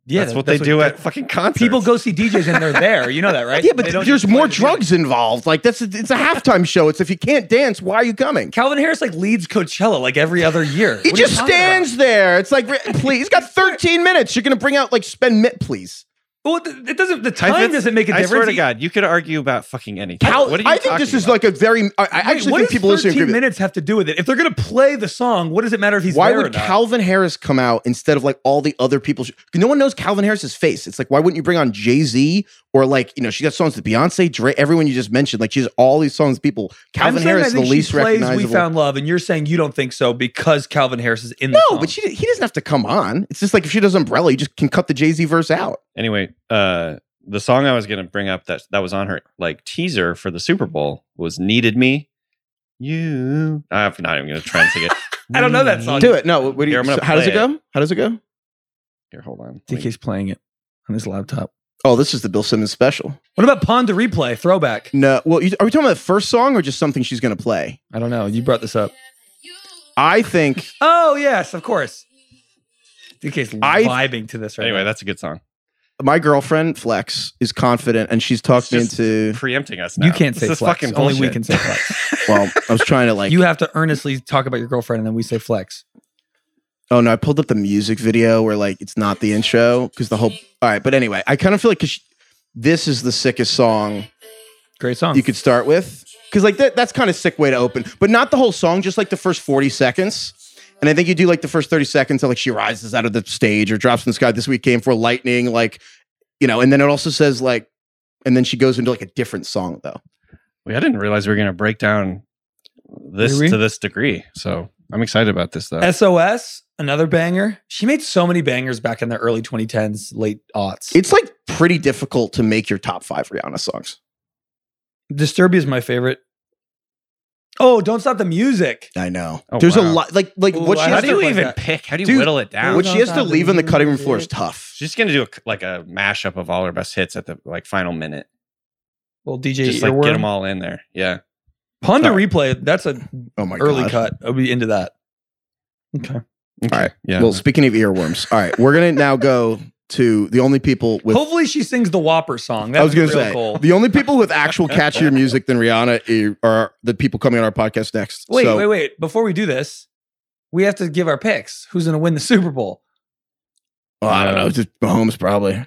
Speaker 6: yeah.
Speaker 7: that's what they do at fucking concerts.
Speaker 6: people go see DJs and they're there. You know that, right?
Speaker 5: Yeah, but
Speaker 6: They don't
Speaker 5: there's
Speaker 6: just play
Speaker 5: more
Speaker 6: the music.
Speaker 5: drugs involved. Like that's a, it's a halftime show. It's if you can't dance, why are you coming?
Speaker 6: Calvin Harris like leads Coachella like every other year.
Speaker 5: He
Speaker 6: What are you
Speaker 5: just
Speaker 6: talking about?
Speaker 5: stands there. It's like, re- please, he's got 13 minutes. You're gonna bring out like spend mit, please.
Speaker 6: Well, th- it doesn't. The
Speaker 7: I
Speaker 6: time
Speaker 7: think-
Speaker 6: doesn't make a
Speaker 7: I
Speaker 6: difference.
Speaker 7: swear to God, you could argue about fucking anything.
Speaker 5: Cal-
Speaker 7: what are you
Speaker 5: I think this
Speaker 7: talking
Speaker 5: is
Speaker 7: about?
Speaker 5: like a very. I, I
Speaker 6: Wait,
Speaker 5: actually
Speaker 6: what
Speaker 5: think
Speaker 6: does
Speaker 5: people listening agree.
Speaker 6: 13
Speaker 5: with-
Speaker 6: minutes have to do with it? If they're going to play the song, what does it matter if he's
Speaker 5: Why
Speaker 6: there or
Speaker 5: would
Speaker 6: not?
Speaker 5: Calvin Harris come out instead of like all the other people? No one knows Calvin Harris's face. It's like, why wouldn't you bring on Jay Z or like, you know, she got songs with Beyonce, Dre, everyone you just mentioned. Like, she's all these songs with people.
Speaker 6: I'm
Speaker 5: Calvin
Speaker 6: saying
Speaker 5: Harris
Speaker 6: I
Speaker 5: is the
Speaker 6: think she
Speaker 5: least
Speaker 6: plays
Speaker 5: recognizable.
Speaker 6: We found love, and you're saying you don't think so because Calvin Harris is in the
Speaker 5: no,
Speaker 6: song.
Speaker 5: but she, he doesn't have to come on. It's just like if she does Umbrella, you just can cut the Jay Z verse out.
Speaker 7: anyway. Uh, the song I was gonna bring up that that was on her like teaser for the Super Bowl was "Needed Me." You, I'm not even gonna try and sing it.
Speaker 6: I don't know that song.
Speaker 5: Do it. No, what do you,
Speaker 7: Here, I'm gonna
Speaker 5: so how does it
Speaker 7: play
Speaker 5: go? How does it go?
Speaker 7: Here, hold on.
Speaker 6: I think he's playing it on his laptop.
Speaker 5: Oh, this is the Bill Simmons special.
Speaker 6: What about Pond to Replay throwback?
Speaker 5: No, well, you, are we talking about the first song or just something she's going to play?
Speaker 6: I don't know. You brought this up.
Speaker 5: I think
Speaker 6: Oh yes, of course. DK's
Speaker 5: I-
Speaker 6: vibing to this right
Speaker 7: Anyway,
Speaker 6: now.
Speaker 7: that's a good song.
Speaker 5: my girlfriend Flex is confident, and she's
Speaker 7: It's
Speaker 5: talked me
Speaker 7: just-
Speaker 5: into.
Speaker 7: Preempting us now.
Speaker 6: You can't
Speaker 7: This
Speaker 6: say
Speaker 7: is
Speaker 6: flex.
Speaker 7: fucking
Speaker 6: Only we
Speaker 7: bullshit.
Speaker 6: can say flex.
Speaker 5: Well, I was trying to like.
Speaker 6: you have to earnestly talk about your girlfriend, and then we say flex.
Speaker 5: oh no, I pulled up the music video where like it's not the intro because the whole. All right, but anyway, I kind of feel like 'cause she- this is the sickest song
Speaker 6: Great song.
Speaker 5: you could start with because like that, that's kind of sick way to open but not the whole song just like the first 40 seconds and i think you do like the first 30 seconds of like she rises out of the stage or drops in the sky this week came for lightning like you know and then it also says like and then she goes into like a different song though
Speaker 7: Wait, I didn't realize we were going to break down this
Speaker 6: Really?
Speaker 7: to this degree. So I'm excited about this, though.
Speaker 6: SOS, another banger. She made so many bangers back in the early 2010s, late aughts.
Speaker 5: it's like pretty difficult to make your top five rihanna songs
Speaker 6: Disturbia is my favorite. Oh, don't stop the music.
Speaker 5: i know
Speaker 7: Oh,
Speaker 5: there's a
Speaker 7: wow.
Speaker 5: lot like like what
Speaker 6: Ooh,
Speaker 5: she
Speaker 6: I
Speaker 7: how
Speaker 5: has
Speaker 6: have
Speaker 7: do
Speaker 5: to
Speaker 7: you
Speaker 6: like
Speaker 7: even
Speaker 6: that.
Speaker 7: pick? How do you
Speaker 5: Dude,
Speaker 7: whittle it down?
Speaker 5: what she has to leave on the cutting room floor is tough
Speaker 7: She's going to do a, like a mashup of all her best hits at the like final minute.
Speaker 6: Well, DJ
Speaker 7: Just like get
Speaker 6: Earworm.
Speaker 7: them all in there. Yeah.
Speaker 6: Pond to
Speaker 7: Sorry.
Speaker 6: replay. That's a
Speaker 5: oh my
Speaker 6: early
Speaker 5: god
Speaker 6: cut. I'll be into that. Okay.
Speaker 7: Okay.
Speaker 5: right.
Speaker 7: Yeah.
Speaker 5: well speaking of earworms all right we're gonna now go to the only people with
Speaker 6: Hopefully, she sings the Whopper song. That's
Speaker 5: I was going to
Speaker 6: real
Speaker 5: say
Speaker 6: goal.
Speaker 5: the only people with actual catchier music than Rihanna i- are the people coming on our podcast next.
Speaker 6: wait,
Speaker 5: so,
Speaker 6: wait, wait. Before we do this, we have to give our picks. Who's going to win the Super Bowl?
Speaker 5: Oh, I don't know. Just Mahomes probably.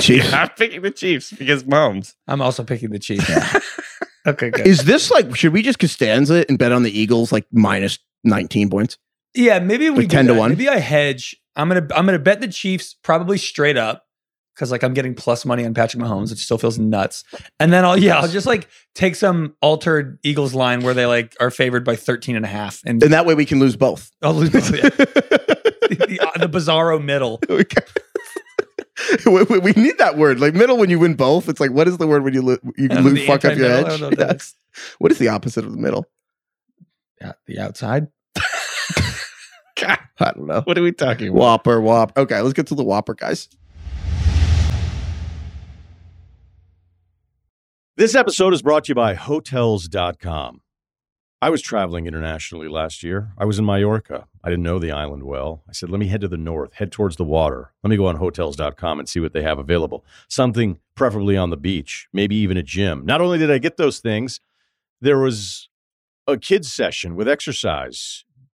Speaker 5: Chiefs.
Speaker 7: I'm picking the Chiefs because Mahomes.
Speaker 6: I'm also picking the Chiefs. okay, good.
Speaker 5: Is this like? Should we just Costanza it and bet on the Eagles like minus nineteen points?
Speaker 6: Yeah, maybe we
Speaker 5: Like
Speaker 6: do
Speaker 5: 10 to
Speaker 6: that.
Speaker 5: 1?
Speaker 6: Maybe I hedge. I'm gonna I'm gonna bet the Chiefs probably straight up because like I'm getting plus money on Patrick Mahomes, which still feels nuts. And then I'll yeah I'll just like take some altered Eagles line where they like are favored by 13 and a half, and
Speaker 5: And that way we can lose both.
Speaker 6: I'll lose both, Oh, yeah. the, the, the bizarro middle.
Speaker 5: we, we- we need that word like middle when you win both. It's like what is the word when you lo- you
Speaker 6: I don't know,
Speaker 5: lose
Speaker 6: the
Speaker 5: fuck up your
Speaker 6: anti-middle, I don't
Speaker 5: edge?
Speaker 6: know what that
Speaker 5: Yes. What is the opposite of the middle?
Speaker 6: Yeah, the outside.
Speaker 7: God,
Speaker 5: I don't know.
Speaker 7: what are we talking about?
Speaker 5: Whopper, Whopper. Okay, let's get to the Whopper, guys.
Speaker 8: This episode is brought to you by Hotels.com. I was traveling internationally last year. I was in Mallorca. I didn't know the island well. I said, let me head to the north, head towards the water. Let me go on Hotels.com and see what they have available. Something preferably on the beach, maybe even a gym. Not only did I get those things, there was a kids session with exercise,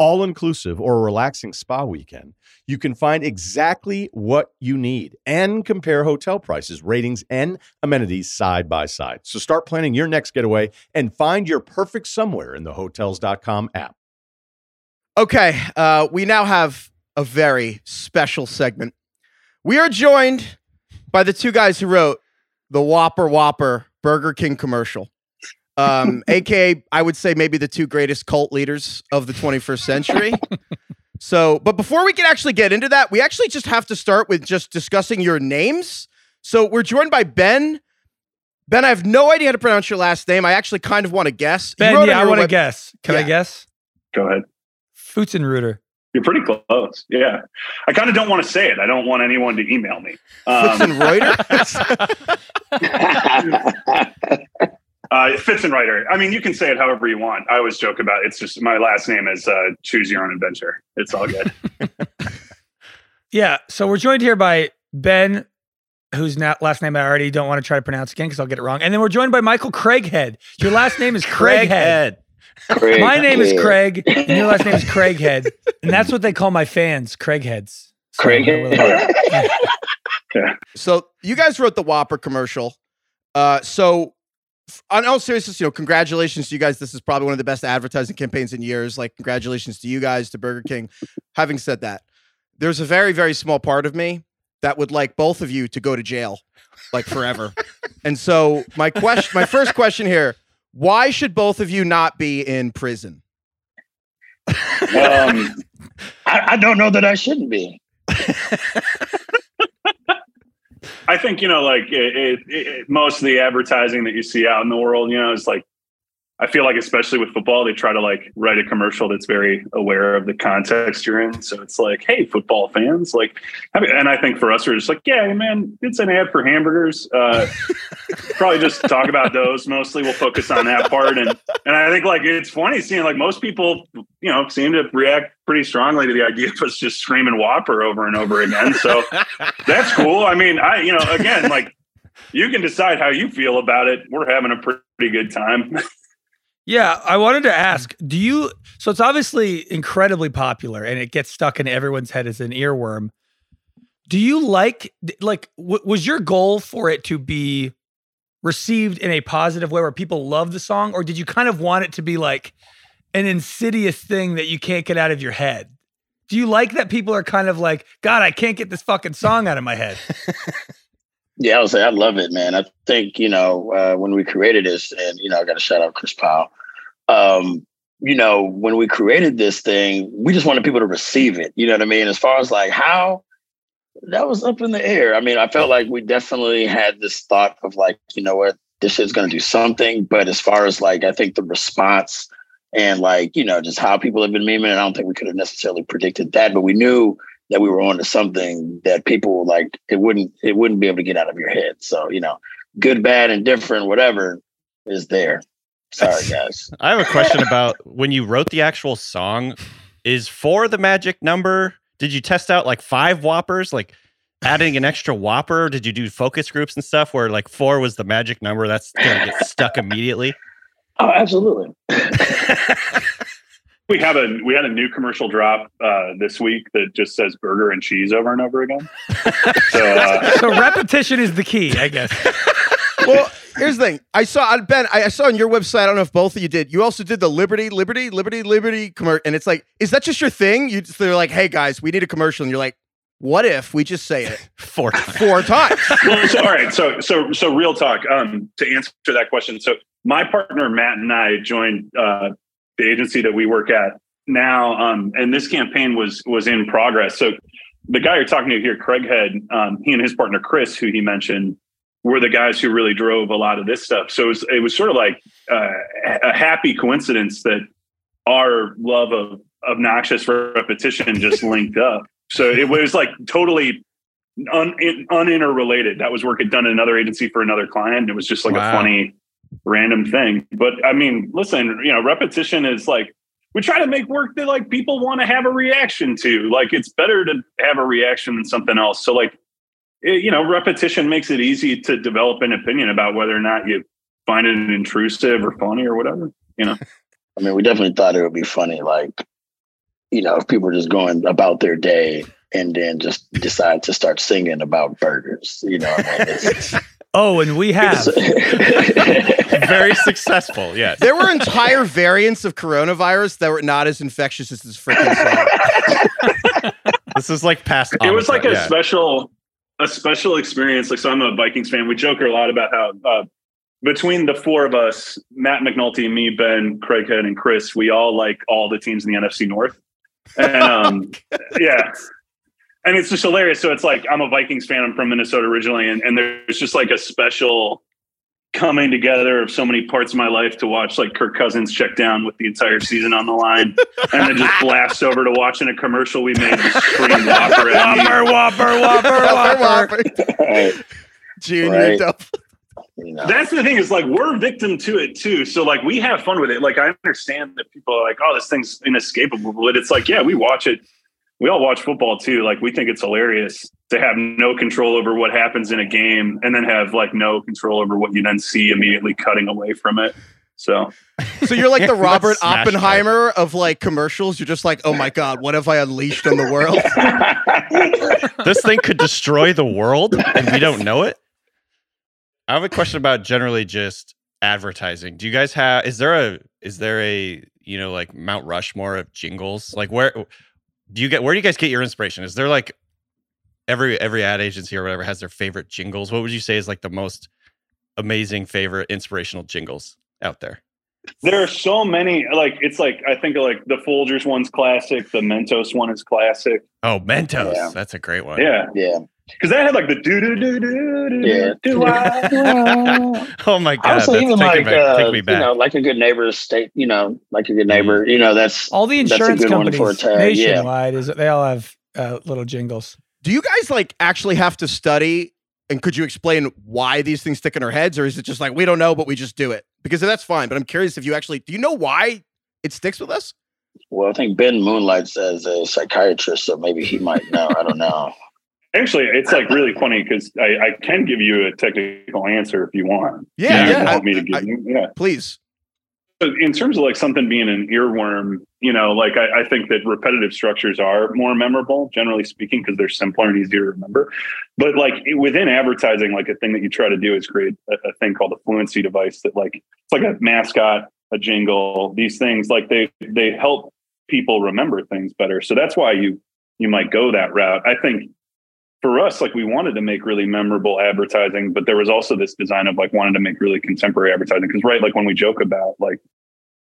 Speaker 8: all inclusive, or a relaxing spa weekend, you can find exactly what you need and compare hotel prices, ratings, and amenities side by side. So start planning your next getaway and find your perfect somewhere in the hotels.com app.
Speaker 5: Okay, uh, we now have a very special segment. We are joined by the two guys who wrote the Whopper Whopper Burger King commercial, um, aka I would say maybe the two greatest cult leaders of the 21st century. so, but before we can actually get into that, we actually just have to start with just discussing your names. So we're joined by Ben. Ben, I have no idea how to pronounce your last name. I actually kind of want to guess. You wrote
Speaker 6: Ben,
Speaker 5: on
Speaker 6: yeah, I
Speaker 5: your
Speaker 6: want to
Speaker 5: web-
Speaker 6: guess. Can I
Speaker 5: Yeah.
Speaker 6: guess?
Speaker 9: Go ahead.
Speaker 6: Futzenruder.
Speaker 9: You're pretty close. Yeah. I kind of don't want to say it. I don't want anyone to email me. Um,
Speaker 5: Reuters.
Speaker 9: uh, Fitzenreiter. I mean, you can say it however you want. I always joke about it. it's just my last name is uh, Choose Your Own Adventure. It's all good.
Speaker 6: Yeah. So we're joined here by Ben, whose na- last name I already don't want to try to pronounce again because I'll get it wrong. And then we're joined by Michael Craighead. Your last name is Craighead.
Speaker 10: Craig.
Speaker 6: My name is Craig, and your last name is Craighead, and that's what they call my fans, Craigheads. So,
Speaker 10: Craighead.
Speaker 5: So you guys wrote the Whopper commercial. Uh, so f- on all seriousness, you know, congratulations to you guys. This is probably one of the best advertising campaigns in years. Like, congratulations to you guys, to Burger King. Having said that, there's a very, very small part of me that would like both of you to go to jail, like forever. and so my question, my first question here: Why should both of you not be in prison?
Speaker 10: um, I, I don't know that I shouldn't be.
Speaker 9: I think, you know, like it, it, it, most of the advertising that you see out in the world, you know, is like I feel like, especially with football, they try to like write a commercial that's very aware of the context you're in. So it's like, hey, football fans, like, I mean, and I think for us, we're just like, yeah, man, it's an ad for hamburgers. Uh, probably just talk about those mostly. We'll focus on that part, and and I think like it's funny seeing like most people, you know, seem to react pretty strongly to the idea of us just screaming Whopper over and over again. So that's cool. I mean, I you know, again, like you can decide how you feel about it. We're having a pretty good time.
Speaker 6: Yeah, I wanted to ask, do you so it's obviously incredibly popular and it gets stuck in everyone's head as an earworm. Do you like like w- was your goal for it to be received in a positive way where people love the song or did you kind of want it to be like an insidious thing that you can't get out of your head? Do you like that people are kind of like, God, I can't get this fucking song out of my head?
Speaker 10: Yeah, I was say I love it, man. I think you know uh, when we created this, and you know I got to shout out Chris Powell. Um, you know when we created this thing, we just wanted people to receive it. You know what I mean? As far as like how that was up in the air. I mean, I felt like we definitely had this thought of like, you know what, this shit's going to do something. But as far as like, I think the response and like you know just how people have been memeing, it, I don't think we could have necessarily predicted that, but we knew that we were onto something that people like it wouldn't it wouldn't be able to get out of your head. So you know, good, bad, and different, whatever is there. Sorry, guys.
Speaker 7: I have a question about when you wrote the actual song. Is for the magic number? Did you test out like five whoppers, like adding an extra whopper? Did you do focus groups and stuff where like four was the magic number? That's gonna get stuck immediately.
Speaker 10: Oh, absolutely.
Speaker 9: We have a we had a new commercial drop uh, this week that just says burger and cheese over and over again. so uh,
Speaker 6: so repetition is the key, I guess.
Speaker 5: well, here's the thing. I saw I- Ben. I, I saw on your website. I don't know if both of you did. You also did the Liberty, Liberty, Liberty, Liberty commercial, and it's like, is that just your thing? You just- they're like, hey guys, we need a commercial, and you're like, what if we just say it
Speaker 7: Four times.
Speaker 5: four times?
Speaker 9: well, so, all right. So, so, so real talk. Um, to answer that question, so my partner Matt and I joined uh, the agency that we work at now, um, and this campaign was was in progress. So, the guy you're talking to here, Craig Head, um, he and his partner Chris, who he mentioned, were the guys who really drove a lot of this stuff. So it was it was sort of like uh, a happy coincidence that our love of obnoxious repetition just linked up. So it was like totally un, in, uninterrelated. That was work had done at another agency for another client. and It was just like
Speaker 7: Wow.
Speaker 9: a funny random thing. But I mean, listen, you know, repetition is like we try to make work that like people want to have a reaction to. Like it's better to have a reaction than something else. So like it, you know, repetition makes it easy to develop an opinion about whether or not you find it intrusive or funny or whatever.
Speaker 10: I mean, we definitely thought it would be funny, like you know, if people were just going about their day and then just decide to start singing about burgers. You know, what I mean? It's-
Speaker 6: Oh, and we have
Speaker 10: it's-
Speaker 7: Very successful. Yeah.
Speaker 5: There were entire variants of coronavirus that were not as infectious as this freaking song.
Speaker 7: This is like past.
Speaker 9: it was like
Speaker 7: Omicron,
Speaker 9: a
Speaker 7: Um, yeah.
Speaker 9: special a special experience like so i'm a vikings fan we joke a lot about how uh, between the four of us matt mcnulty me ben craig head and chris we all like all the teams in the nfc north and um, yeah and it's just hilarious so it's like i'm a vikings fan i'm from minnesota originally and, and there's just like a special coming together of so many parts of my life to watch like kirk cousins check down with the entire season on the line and then just blast over to watching a commercial we made just scream Whopper at me.
Speaker 6: Whopper, Whopper, Whopper,
Speaker 5: Whopper,
Speaker 6: Whopper.
Speaker 5: Whopper,
Speaker 10: Right,
Speaker 5: Junior
Speaker 10: Right.
Speaker 5: double.
Speaker 10: you know.
Speaker 9: That's the thing is like we're victim to it too. So like we have fun with it. Like I understand that people are like, oh, this thing's inescapable, but it's like, yeah, we watch it. We all watch football too. Like we think it's hilarious to have no control over what happens in a game and then have like no control over what you then see immediately cutting away from it. So
Speaker 5: So you're like the
Speaker 7: Let's
Speaker 5: Robert
Speaker 7: smash that.
Speaker 5: Oppenheimer of like commercials. You're just like, oh my god, what have I unleashed on the world?
Speaker 7: this thing could destroy the world and we don't know it. I have a question about generally just advertising. Do you guys have is there a is there a you know like Mount Rushmore of jingles? Like where do you get where do you guys get your inspiration? Is there like every every ad agency or whatever has their favorite jingles? What would you say is like the most amazing favorite inspirational jingles out there?
Speaker 9: there are so many like it's like I think like the Folgers one's classic, the Mentos one is classic.
Speaker 7: Oh, Mentos.
Speaker 10: Yeah.
Speaker 7: That's a great one.
Speaker 9: Yeah.
Speaker 10: Yeah.
Speaker 9: because that had like the do do do do do
Speaker 10: Yeah.
Speaker 9: do I.
Speaker 7: oh my god!
Speaker 10: also,
Speaker 7: that's-
Speaker 10: even
Speaker 7: take, it
Speaker 10: like
Speaker 7: back,
Speaker 10: uh,
Speaker 7: take me
Speaker 10: you
Speaker 7: back.
Speaker 10: know, like a good neighbor state. You know, like a good neighbor. You know, that's
Speaker 6: All the
Speaker 10: That's a
Speaker 6: insurance
Speaker 10: good one for
Speaker 6: companies
Speaker 10: a tag, yeah.
Speaker 6: nationwide is they all have uh, little jingles.
Speaker 5: Do you guys like actually have to study? And could you explain why these things stick in our heads, or is it just like we don't know, but we just do it? Because that's fine. But I'm curious if you actually do you know why it sticks with us?
Speaker 10: well. I think Ben moonlights as a psychiatrist, so maybe he might know. I don't know.
Speaker 9: Actually, it's like really funny because I, I can give you a technical answer if you want.
Speaker 5: Yeah,
Speaker 9: you
Speaker 5: yeah,
Speaker 9: want
Speaker 5: I-
Speaker 9: me to
Speaker 5: I-
Speaker 9: give you? Yeah.
Speaker 5: Please.
Speaker 9: So in terms of like something being an earworm, you know, like I, I think that repetitive structures are more memorable, generally speaking, because they're simpler and easier to remember. But like it- within advertising, like a thing that you try to do is create a, a thing called a fluency device that like it's like a mascot, a jingle, these things like they they help people remember things better. So that's why you you might go that route. I think for us, like we wanted to make really memorable advertising, but there was also this design of like wanting to make really contemporary advertising. Because right, like when we joke about like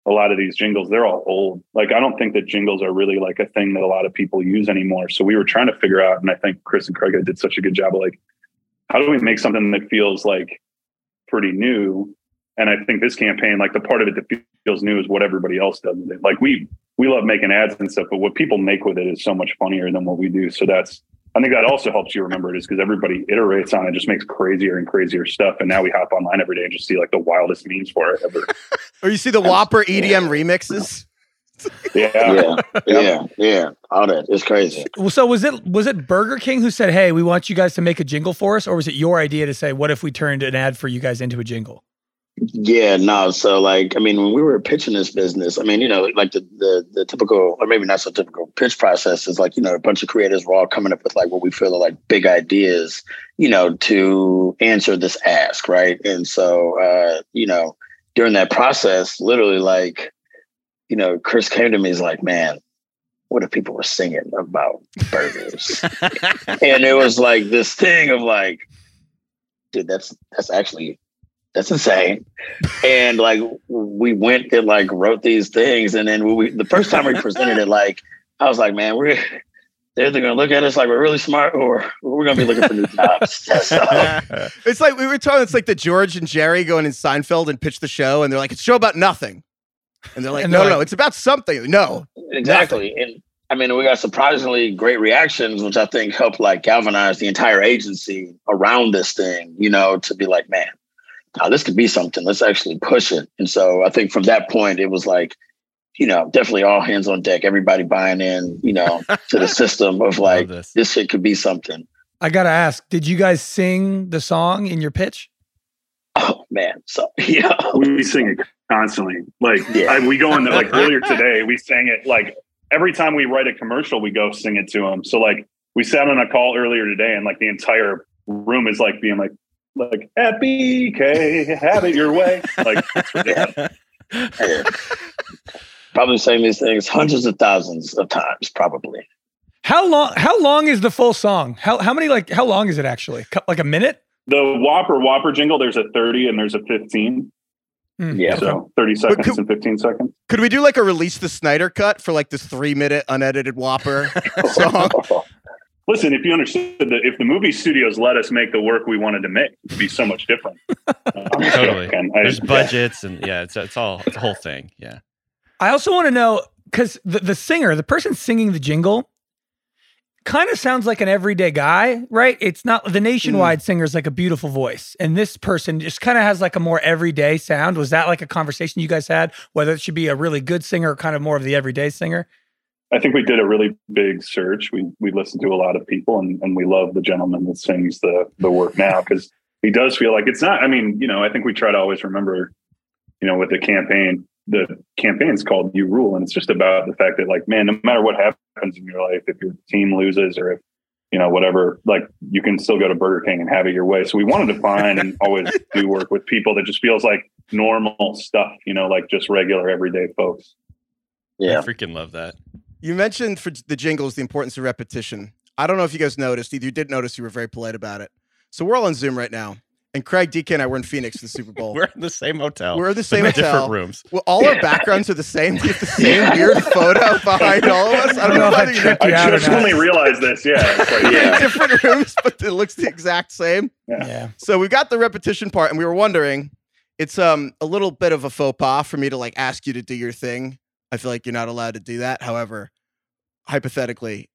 Speaker 9: a lot of these jingles they're all old like i don't think that jingles are really like a thing that a lot of people use anymore so we were trying to figure out and i think chris and craig did such a good job of like how do we make something that feels like pretty new and i think this campaign like the part of it that feels new is what everybody else does with it like we we love making ads and stuff but what people make with it is so much funnier than what we do so that's i think that also helps you remember it is because everybody iterates on it just makes crazier and crazier stuff and now we hop online every day and just see like the wildest memes for it ever
Speaker 5: Or you see the Whopper EDM remixes?
Speaker 10: Yeah, yeah, yeah. All that. It's crazy.
Speaker 6: Well, So was it was it Burger King who said, "Hey, we want you guys to make a jingle for us," or was it your idea to say, "What if we turned an ad for you guys into a jingle?"
Speaker 10: Yeah, no. So like, I mean, when we were pitching this business, I mean, you know, like the the, uh, the typical, or maybe not so typical pitch process is like, you know, a bunch of creators were all coming up with like what we feel are like big ideas, you know, to answer this ask, right? And so, uh, you know, during that process, literally, like, you know, Chris came to me, he's like, man. What if people were singing about burgers? and it was like this thing of like, dude, that's that's actually that's insane. And like we went and like wrote these things, and then we the first time we presented it, like I was like, man, we're they're either gonna look at us like we're really smart, or we're gonna be looking for new jobs. So,
Speaker 5: It's like we were talking, it's like the George and Jerry going in Seinfeld and pitch the show, and they're like, it's a show about nothing. And they're like,
Speaker 6: And
Speaker 5: no,
Speaker 6: they're
Speaker 5: no,
Speaker 6: like-
Speaker 5: it's about something. No.
Speaker 10: exactly. And I mean, we got surprisingly great reactions, which I think helped like galvanize the entire agency around this thing. You know, to be like, man, now this could be something. Let's actually push it. And so I think from that point, it was like, you know, definitely all hands on deck, everybody buying in, you know, to the system of like
Speaker 7: Love this.
Speaker 10: this shit could be something.
Speaker 6: I gotta ask, did you guys sing the song in your pitch?
Speaker 10: Oh man, so yeah,
Speaker 9: we sing it constantly. Like
Speaker 10: Yeah.
Speaker 9: I, we go in the, like earlier today, we sang it like every time we write a commercial, we go sing it to them. So like we sat on a call earlier today, and like the entire room is like being like like happy K, have it your way. Like it's ridiculous.
Speaker 10: yeah. probably saying these things hundreds of thousands of times, probably.
Speaker 6: How long? How long is the full song? How how many like how long is it actually? Cou- Like a minute?
Speaker 9: the Whopper Whopper jingle. There's a thirty and there's a fifteen.
Speaker 6: Hmm.
Speaker 10: Yeah.
Speaker 9: So thirty
Speaker 5: But
Speaker 9: seconds
Speaker 5: could-
Speaker 9: and fifteen seconds.
Speaker 5: Could we do like a release the Snyder cut for like this three minute unedited Whopper song?
Speaker 9: Listen, if you understood that if the movie studios let us make the work we wanted to make, it'd be so much different.
Speaker 7: Totally.
Speaker 9: And I-
Speaker 7: There's
Speaker 9: yeah.
Speaker 7: budgets and yeah, it's it's all it's a whole thing. Yeah.
Speaker 6: I also want to know because the, the singer, the person singing the jingle, kind of sounds like an everyday guy, right? It's not the nationwide singer is like a beautiful voice, and this person just kind of has like a more everyday sound. Was that like a conversation you guys had? Whether it should be a really good singer or kind of more of the everyday singer?
Speaker 9: I think we did a really big search. We we listened to a lot of people, and, and we love the gentleman that sings the the work now because he does feel like it's not. I mean, you know, I think we try to always remember, you know, with the campaign, the campaign's called "You Rule," and it's just about the fact that, like, man, no matter what happens in your life, if your team loses or if you know whatever, like, you can still go to Burger King and have it your way. So we wanted to find and always do work with people that just feels like normal stuff, you know, like just regular everyday folks.
Speaker 7: I
Speaker 10: Yeah.
Speaker 7: freaking love that.
Speaker 5: You mentioned for the jingles the importance of repetition. I don't know if you guys noticed, either you did notice you were very polite about it. So we're all on Zoom right now. and Craig, DK, and I were in Phoenix for the Super Bowl.
Speaker 7: We're in the same hotel.
Speaker 5: We're in the
Speaker 7: but
Speaker 5: same hotel.
Speaker 7: Different rooms.
Speaker 5: well, all our backgrounds are the same. We have the same weird photo behind all of us. I don't know,
Speaker 6: if
Speaker 5: whether
Speaker 6: that
Speaker 5: you
Speaker 6: tripped you
Speaker 9: I
Speaker 6: out or
Speaker 9: just
Speaker 6: not.
Speaker 9: only realized this. Yeah. It's like,
Speaker 5: in
Speaker 9: yeah.
Speaker 5: different rooms, but it looks the exact same.
Speaker 6: Yeah.
Speaker 5: So we got the repetition part, and we were wondering. It's um a little bit of a faux pas for me to like ask you to do your thing. I feel like you're not allowed to do that. However, hypothetically,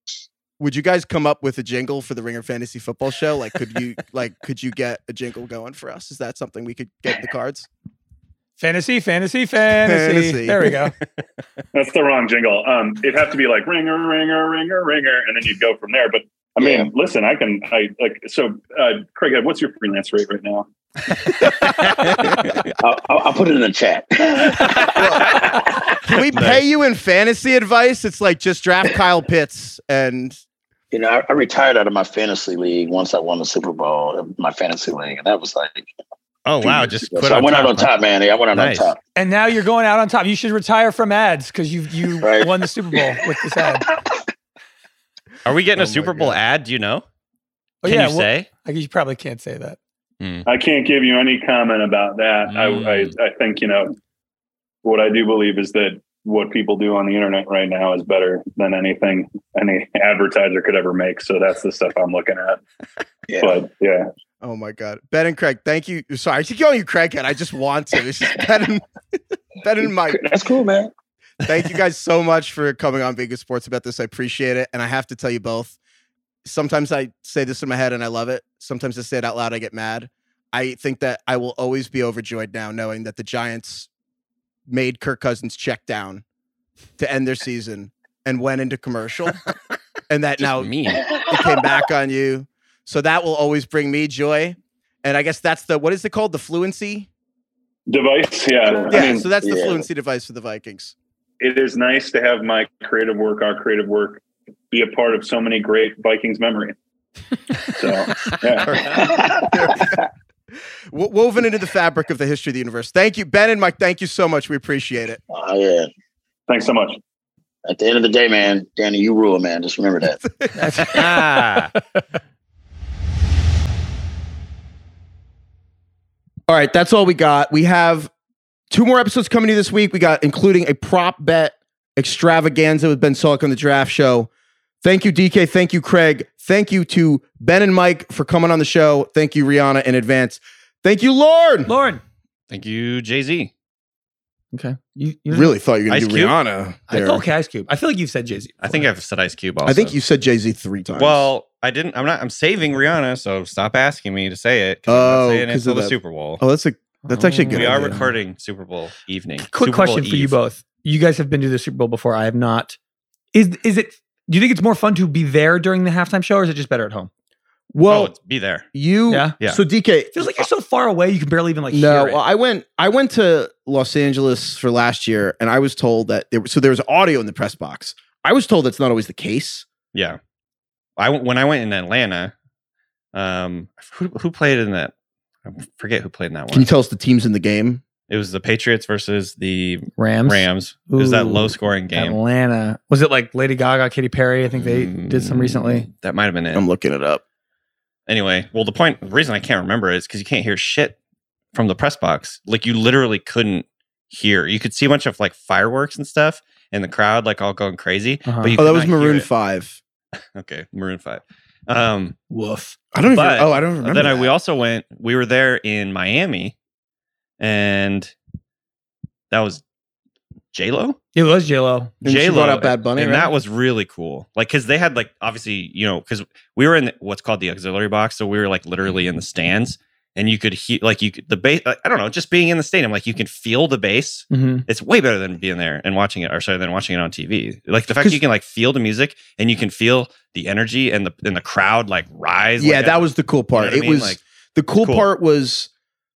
Speaker 5: would you guys come up with a jingle for the Ringer Fantasy Football Show? Like, could you like could you get a jingle going for us? Is that something we could get in the cards?
Speaker 6: Fantasy, fantasy, fantasy.
Speaker 5: Fantasy.
Speaker 6: There we go.
Speaker 9: That's the wrong jingle. Um, it'd have to be like ringer, ringer, ringer, ringer, and then you'd go from there. But I mean,
Speaker 10: Yeah.
Speaker 9: listen, I can, I like, so, uh, Craig, what's your freelance rate right now?
Speaker 10: I'll, I'll I'll put it in the chat.
Speaker 5: Can we pay you in fantasy advice? It's like just draft Kyle Pitts and
Speaker 10: you know, I, I retired out of my fantasy league once I won the Super Bowl, my fantasy league, and that was like,
Speaker 7: Oh wow! Just
Speaker 10: so
Speaker 7: quit.
Speaker 10: I went out on
Speaker 7: huh?
Speaker 10: top, man. I went out
Speaker 7: Nice.
Speaker 10: on top.
Speaker 6: And now you're going out on top. You should retire from ads because you you
Speaker 10: Right.
Speaker 6: won the Super Bowl with this ad. Oh,
Speaker 7: Are we getting
Speaker 5: Oh
Speaker 7: a
Speaker 5: my
Speaker 7: Super Bowl
Speaker 5: God.
Speaker 7: ad? Do you know?
Speaker 6: Oh,
Speaker 7: Can
Speaker 6: yeah,
Speaker 7: you
Speaker 6: well-
Speaker 7: say?
Speaker 6: I guess you probably can't say that.
Speaker 9: I can't give you any comment about that.
Speaker 7: Mm.
Speaker 9: I, I, I think, you know, what I do believe is that what people do on the internet right now is better than anything any advertiser could ever make. So that's the stuff I'm looking at.
Speaker 10: Yeah.
Speaker 9: But yeah.
Speaker 5: Oh my God. Ben and Craig, thank you. Sorry, I keep calling you Craighead. I just want to. It's just Ben and, ben and Mike.
Speaker 10: That's cool, man.
Speaker 5: Thank you guys so much for coming on Vegas Sports about this. I appreciate it. And I have to tell you both, sometimes I say this in my head and I love it. Sometimes I say it out loud, I get mad. I think that I will always be overjoyed now knowing that the Giants made Kirk Cousins check down to end their season and went into commercial. and that now
Speaker 7: mean.
Speaker 5: it came back on you. So that will always bring me joy. And I guess that's the what is it called? The fluency?
Speaker 9: Device. Yeah.
Speaker 5: Yeah.
Speaker 9: I mean,
Speaker 5: so that's the
Speaker 10: yeah.
Speaker 5: fluency device for the Vikings.
Speaker 9: it is nice to have my creative work, our creative work, be a part of so many great Vikings memories. So, yeah.
Speaker 5: W- woven into the fabric of the history of the universe. Thank you, Ben and Mike. Thank you so much. We appreciate it.
Speaker 10: Oh, yeah.
Speaker 9: Thanks so much.
Speaker 10: At the end of the day, man, Danny, you rule, man. Just remember that.
Speaker 7: Ah.
Speaker 5: All right, that's all we got. We have two more episodes coming to you this week. We got including a prop bet extravaganza with Ben Sulk on the draft show. Thank you, DK. Thank you, Craig. Thank you to Ben and Mike for coming on the show. Thank you, Rihanna, in advance. Thank you, Lord.
Speaker 6: Lauren.
Speaker 7: Thank you, Jay Z.
Speaker 6: Okay. You, you
Speaker 5: Really thought you were going
Speaker 7: Ice
Speaker 5: to do
Speaker 7: Cube?
Speaker 5: Rihanna.
Speaker 6: I,
Speaker 5: there.
Speaker 6: okay, Ice Cube. I feel like you've said Jay Z.
Speaker 7: I think I've said Ice Cube. Also.
Speaker 5: I think you said Jay Z three times.
Speaker 7: Well, I didn't. I'm not. I'm saving Rihanna, so stop asking me to say it. 'cause I'm
Speaker 5: Oh,
Speaker 7: not saying it
Speaker 5: 'cause
Speaker 7: until
Speaker 5: of
Speaker 7: the
Speaker 5: that.
Speaker 7: Super Bowl.
Speaker 5: oh, that's a that's actually a good.
Speaker 7: we are
Speaker 5: idea.
Speaker 7: recording Super Bowl evening.
Speaker 6: Quick
Speaker 7: Super Bowl
Speaker 6: question for you
Speaker 7: Eve.
Speaker 6: both. You guys have been to the Super Bowl before. I have not. Is is it? Do you think it's more fun to be there during the halftime show, or is it just better at home?
Speaker 5: Well,
Speaker 7: oh, it's- be there.
Speaker 5: you.
Speaker 6: Yeah.
Speaker 7: Yeah.
Speaker 5: So DK,
Speaker 6: It feels like you're so far away you can barely even like
Speaker 5: no,
Speaker 6: hear it.
Speaker 5: well, I went. I went to Los Angeles for last year, and I was told that there. So there was audio in the press box. I was told that's not always the case.
Speaker 7: Yeah. I when I went in Atlanta, um, who, who played in that? I forget who played in that
Speaker 5: Can
Speaker 7: one.
Speaker 5: you tell us the teams in the game?
Speaker 7: it was the Patriots versus the
Speaker 6: Rams.
Speaker 7: Rams. It was that
Speaker 6: Ooh,
Speaker 7: low scoring game.
Speaker 6: Atlanta. Was it like Lady Gaga, Katy Perry? I think they did some
Speaker 7: Mm,
Speaker 6: recently.
Speaker 7: That might have been it.
Speaker 5: I'm looking it up.
Speaker 7: anyway, well, the point, the reason I can't remember is because you can't hear shit from the press box. Like you literally couldn't hear. You could see a bunch of like fireworks and stuff in the crowd, like all going crazy.
Speaker 6: Uh-huh.
Speaker 7: But you
Speaker 5: Oh, that
Speaker 7: could
Speaker 5: was
Speaker 7: not hear
Speaker 5: Maroon
Speaker 7: it.
Speaker 5: Five.
Speaker 7: Okay, Maroon Five. Um,
Speaker 6: Woof.
Speaker 5: I don't even.
Speaker 7: But
Speaker 5: oh, I don't remember.
Speaker 7: then I,
Speaker 5: that.
Speaker 7: we also went. We were there in Miami, and that was J Lo.
Speaker 6: It was J Lo.
Speaker 5: And she brought out Bad Bunny,
Speaker 7: and
Speaker 5: right?
Speaker 7: that was really cool. Like, because they had like obviously, you know, because we were in what's called the auxiliary box, so we were like literally
Speaker 5: Mm-hmm.
Speaker 7: in the stands, and you could hear like you could the bass. I don't know, just being in the stadium, like you can feel the bass.
Speaker 6: Mm-hmm.
Speaker 7: It's way better than being there and watching it, or sorry, than watching it on TV. Like the fact
Speaker 5: 'Cause-
Speaker 7: you can like feel the music and you can feel the energy and the and the crowd like rise.
Speaker 5: yeah,
Speaker 7: like,
Speaker 5: that
Speaker 7: a-
Speaker 5: was the cool
Speaker 7: you know
Speaker 5: part.
Speaker 7: what I
Speaker 5: it
Speaker 7: mean?
Speaker 5: was
Speaker 7: like
Speaker 5: the cool,
Speaker 7: cool.
Speaker 5: part was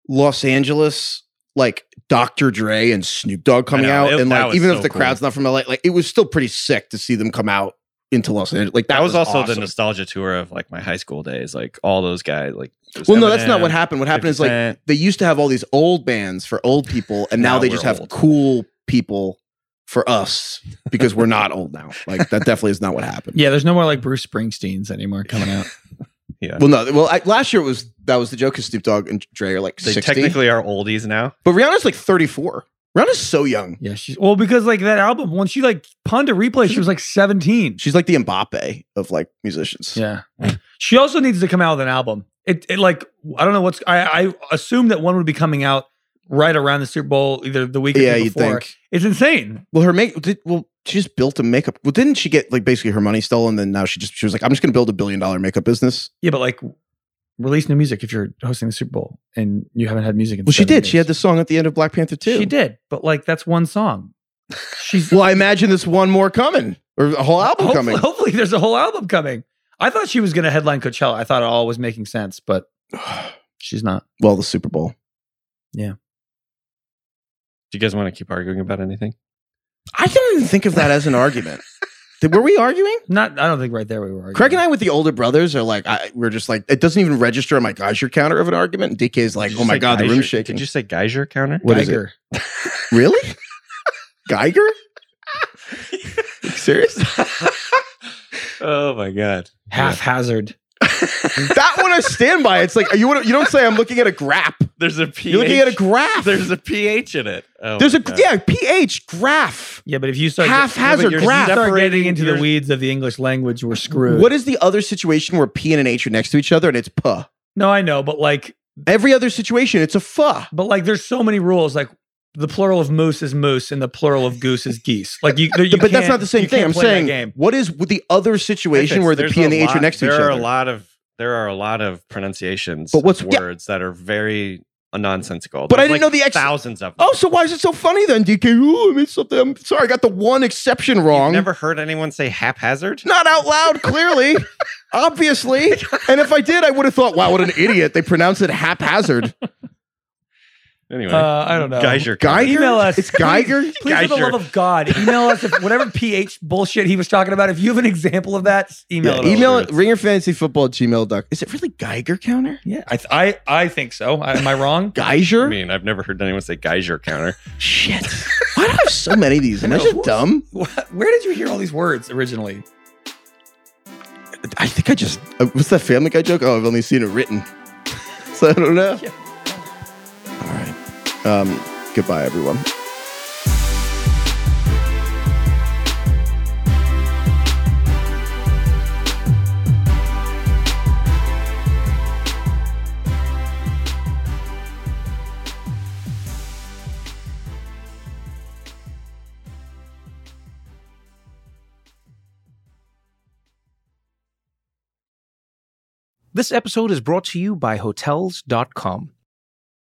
Speaker 5: Los Angeles, like Dr. Dre and Snoop Dogg coming
Speaker 7: know,
Speaker 5: out,
Speaker 7: it-
Speaker 5: and
Speaker 7: that
Speaker 5: like
Speaker 7: was
Speaker 5: even
Speaker 7: so
Speaker 5: if the
Speaker 7: cool.
Speaker 5: crowd's not from LA, like it was still pretty sick to see them come out into Los Angeles. Like
Speaker 7: that,
Speaker 5: that,
Speaker 7: was, also the
Speaker 5: awesome.
Speaker 7: nostalgia tour of like my high school days, like all those guys. Like, it was
Speaker 5: Well, no, that's not
Speaker 7: Eminem,
Speaker 5: what happened. What happened is
Speaker 7: 50
Speaker 5: like
Speaker 7: Cent.
Speaker 5: they used to have all these old bands for old people, and now,
Speaker 7: Now
Speaker 5: they
Speaker 7: we're
Speaker 5: just have
Speaker 7: old.
Speaker 5: cool people for us because we're not old now. Like that definitely is not what happened.
Speaker 6: Yeah, there's no more like Bruce Springsteens anymore coming out.
Speaker 7: yeah, Yeah.
Speaker 5: Well, no. Well, I, last year it was that was the joke because Snoop Dogg and Dre are like
Speaker 7: They
Speaker 5: sixty,
Speaker 7: technically are oldies now.
Speaker 5: but Rihanna's like thirty-four. Rihanna's so young.
Speaker 6: Yeah, she's well because like that album when she like punned a replay, she was like seventeen.
Speaker 5: She's like the Mbappe of like musicians.
Speaker 6: Yeah, she also needs to come out with an album. It, it like I don't know what's I, I assume that one would be coming out right around the Super Bowl, either the week. or
Speaker 5: yeah.
Speaker 6: the
Speaker 5: You
Speaker 6: before.
Speaker 5: think?
Speaker 6: it's insane?
Speaker 5: Well, her make did, well, she just built a makeup. Well, didn't she get like basically her money stolen? Then now she just she was like, I'm just gonna build a billion dollar makeup business.
Speaker 6: Yeah, but like release new music if you're hosting the Super Bowl and you haven't had music. In
Speaker 5: Well, she
Speaker 6: seven
Speaker 5: did. She
Speaker 6: years.
Speaker 5: had the song at the end of Black Panther too.
Speaker 6: She did, but like that's one song. She's
Speaker 5: Well, I imagine this one more coming or a whole album
Speaker 6: hopefully,
Speaker 5: coming.
Speaker 6: hopefully there's a whole album coming. I thought she was going to headline Coachella. I thought it all was making sense, but she's not.
Speaker 5: well, the Super Bowl.
Speaker 7: Do you guys want to keep arguing about anything?
Speaker 5: I didn't even think of that as an argument. Did- Were we arguing?
Speaker 6: Not. I don't think right there we were. Arguing.
Speaker 5: Craig and I, with the older brothers, are like, I, we're just like, it doesn't even register on my Geiger counter of an argument. And DK's like,
Speaker 7: Did you
Speaker 5: oh my
Speaker 7: say
Speaker 5: God, the
Speaker 7: Geiger-
Speaker 5: room's shaking.
Speaker 7: Did you say Geiger counter?
Speaker 5: What is it?
Speaker 6: Geiger.
Speaker 5: Really? Geiger? Serious?
Speaker 7: oh my god.
Speaker 6: haphazard.
Speaker 5: That one I stand by. It's like, you, wanna- you don't say I'm looking at a graph.
Speaker 7: There's a pH.
Speaker 5: You're looking at a graph.
Speaker 7: There's a pH in it. Oh
Speaker 5: There's a,
Speaker 7: my God.
Speaker 5: yeah, pH, graph.
Speaker 6: Yeah, but if you start yeah,
Speaker 5: Haphazard
Speaker 6: but you're-
Speaker 5: graph.
Speaker 6: you start getting
Speaker 7: Separating
Speaker 6: into the
Speaker 7: your-
Speaker 6: weeds of the English language, we're screwed.
Speaker 5: What is the other situation where P and an H are next to each other and it's puh?
Speaker 6: No, I know, but like,
Speaker 5: Every other situation, it's a fuh.
Speaker 6: but like, there's so many rules. Like, the plural of moose is moose, and the plural of goose is geese. Like, you, you
Speaker 5: but that's
Speaker 6: can't-
Speaker 5: not the same
Speaker 6: you
Speaker 5: thing.
Speaker 6: can't
Speaker 5: I'm
Speaker 6: play that
Speaker 5: saying,
Speaker 6: game.
Speaker 5: what is with the other situation
Speaker 7: Ethics.
Speaker 5: where the
Speaker 7: There's
Speaker 5: P and
Speaker 7: a
Speaker 5: the H are
Speaker 7: lot-
Speaker 5: next to each
Speaker 7: there
Speaker 5: other?
Speaker 7: are a lot of there are a lot of pronunciations
Speaker 5: But what's-
Speaker 7: of
Speaker 5: yeah.
Speaker 7: words that are very uh, nonsensical.
Speaker 5: But I
Speaker 7: There's
Speaker 5: didn't know the ex-
Speaker 7: thousands of them.
Speaker 5: Oh, so why is it so funny then, DK? Ooh, I missed something. I'm sorry, I got the one exception wrong.
Speaker 7: You've never heard anyone say haphazard?
Speaker 5: Not out loud, clearly, obviously. And if I did, I would have thought, wow, what an idiot. They pronounce it haphazard.
Speaker 7: Anyway,
Speaker 6: Uh, I don't know.
Speaker 7: Geiger.
Speaker 5: Geiger?
Speaker 6: Email us.
Speaker 5: It's Geiger?
Speaker 6: Please, for the
Speaker 7: Geiger.
Speaker 6: love of God, email us if whatever pH bullshit he was talking about. If you have an example of that, email
Speaker 5: Yeah,
Speaker 6: it.
Speaker 5: email
Speaker 6: over.
Speaker 5: it, ringerfantasyfootball at gmail.com. Is it really Geiger counter?
Speaker 6: Yeah, I, th- I, I think so. I, am I wrong?
Speaker 7: I
Speaker 5: Geiger?
Speaker 7: mean, I've never heard anyone say Geiger counter.
Speaker 5: Shit. Why do I have so many of these? Am I
Speaker 6: know.
Speaker 5: just dumb?
Speaker 6: What- Where did you hear all these words originally?
Speaker 5: I think I just. uh, What's that Family Guy joke? Oh, I've only seen it written. So I don't know. All right. Um, goodbye, everyone.
Speaker 11: This episode is brought to you by Hotels.com.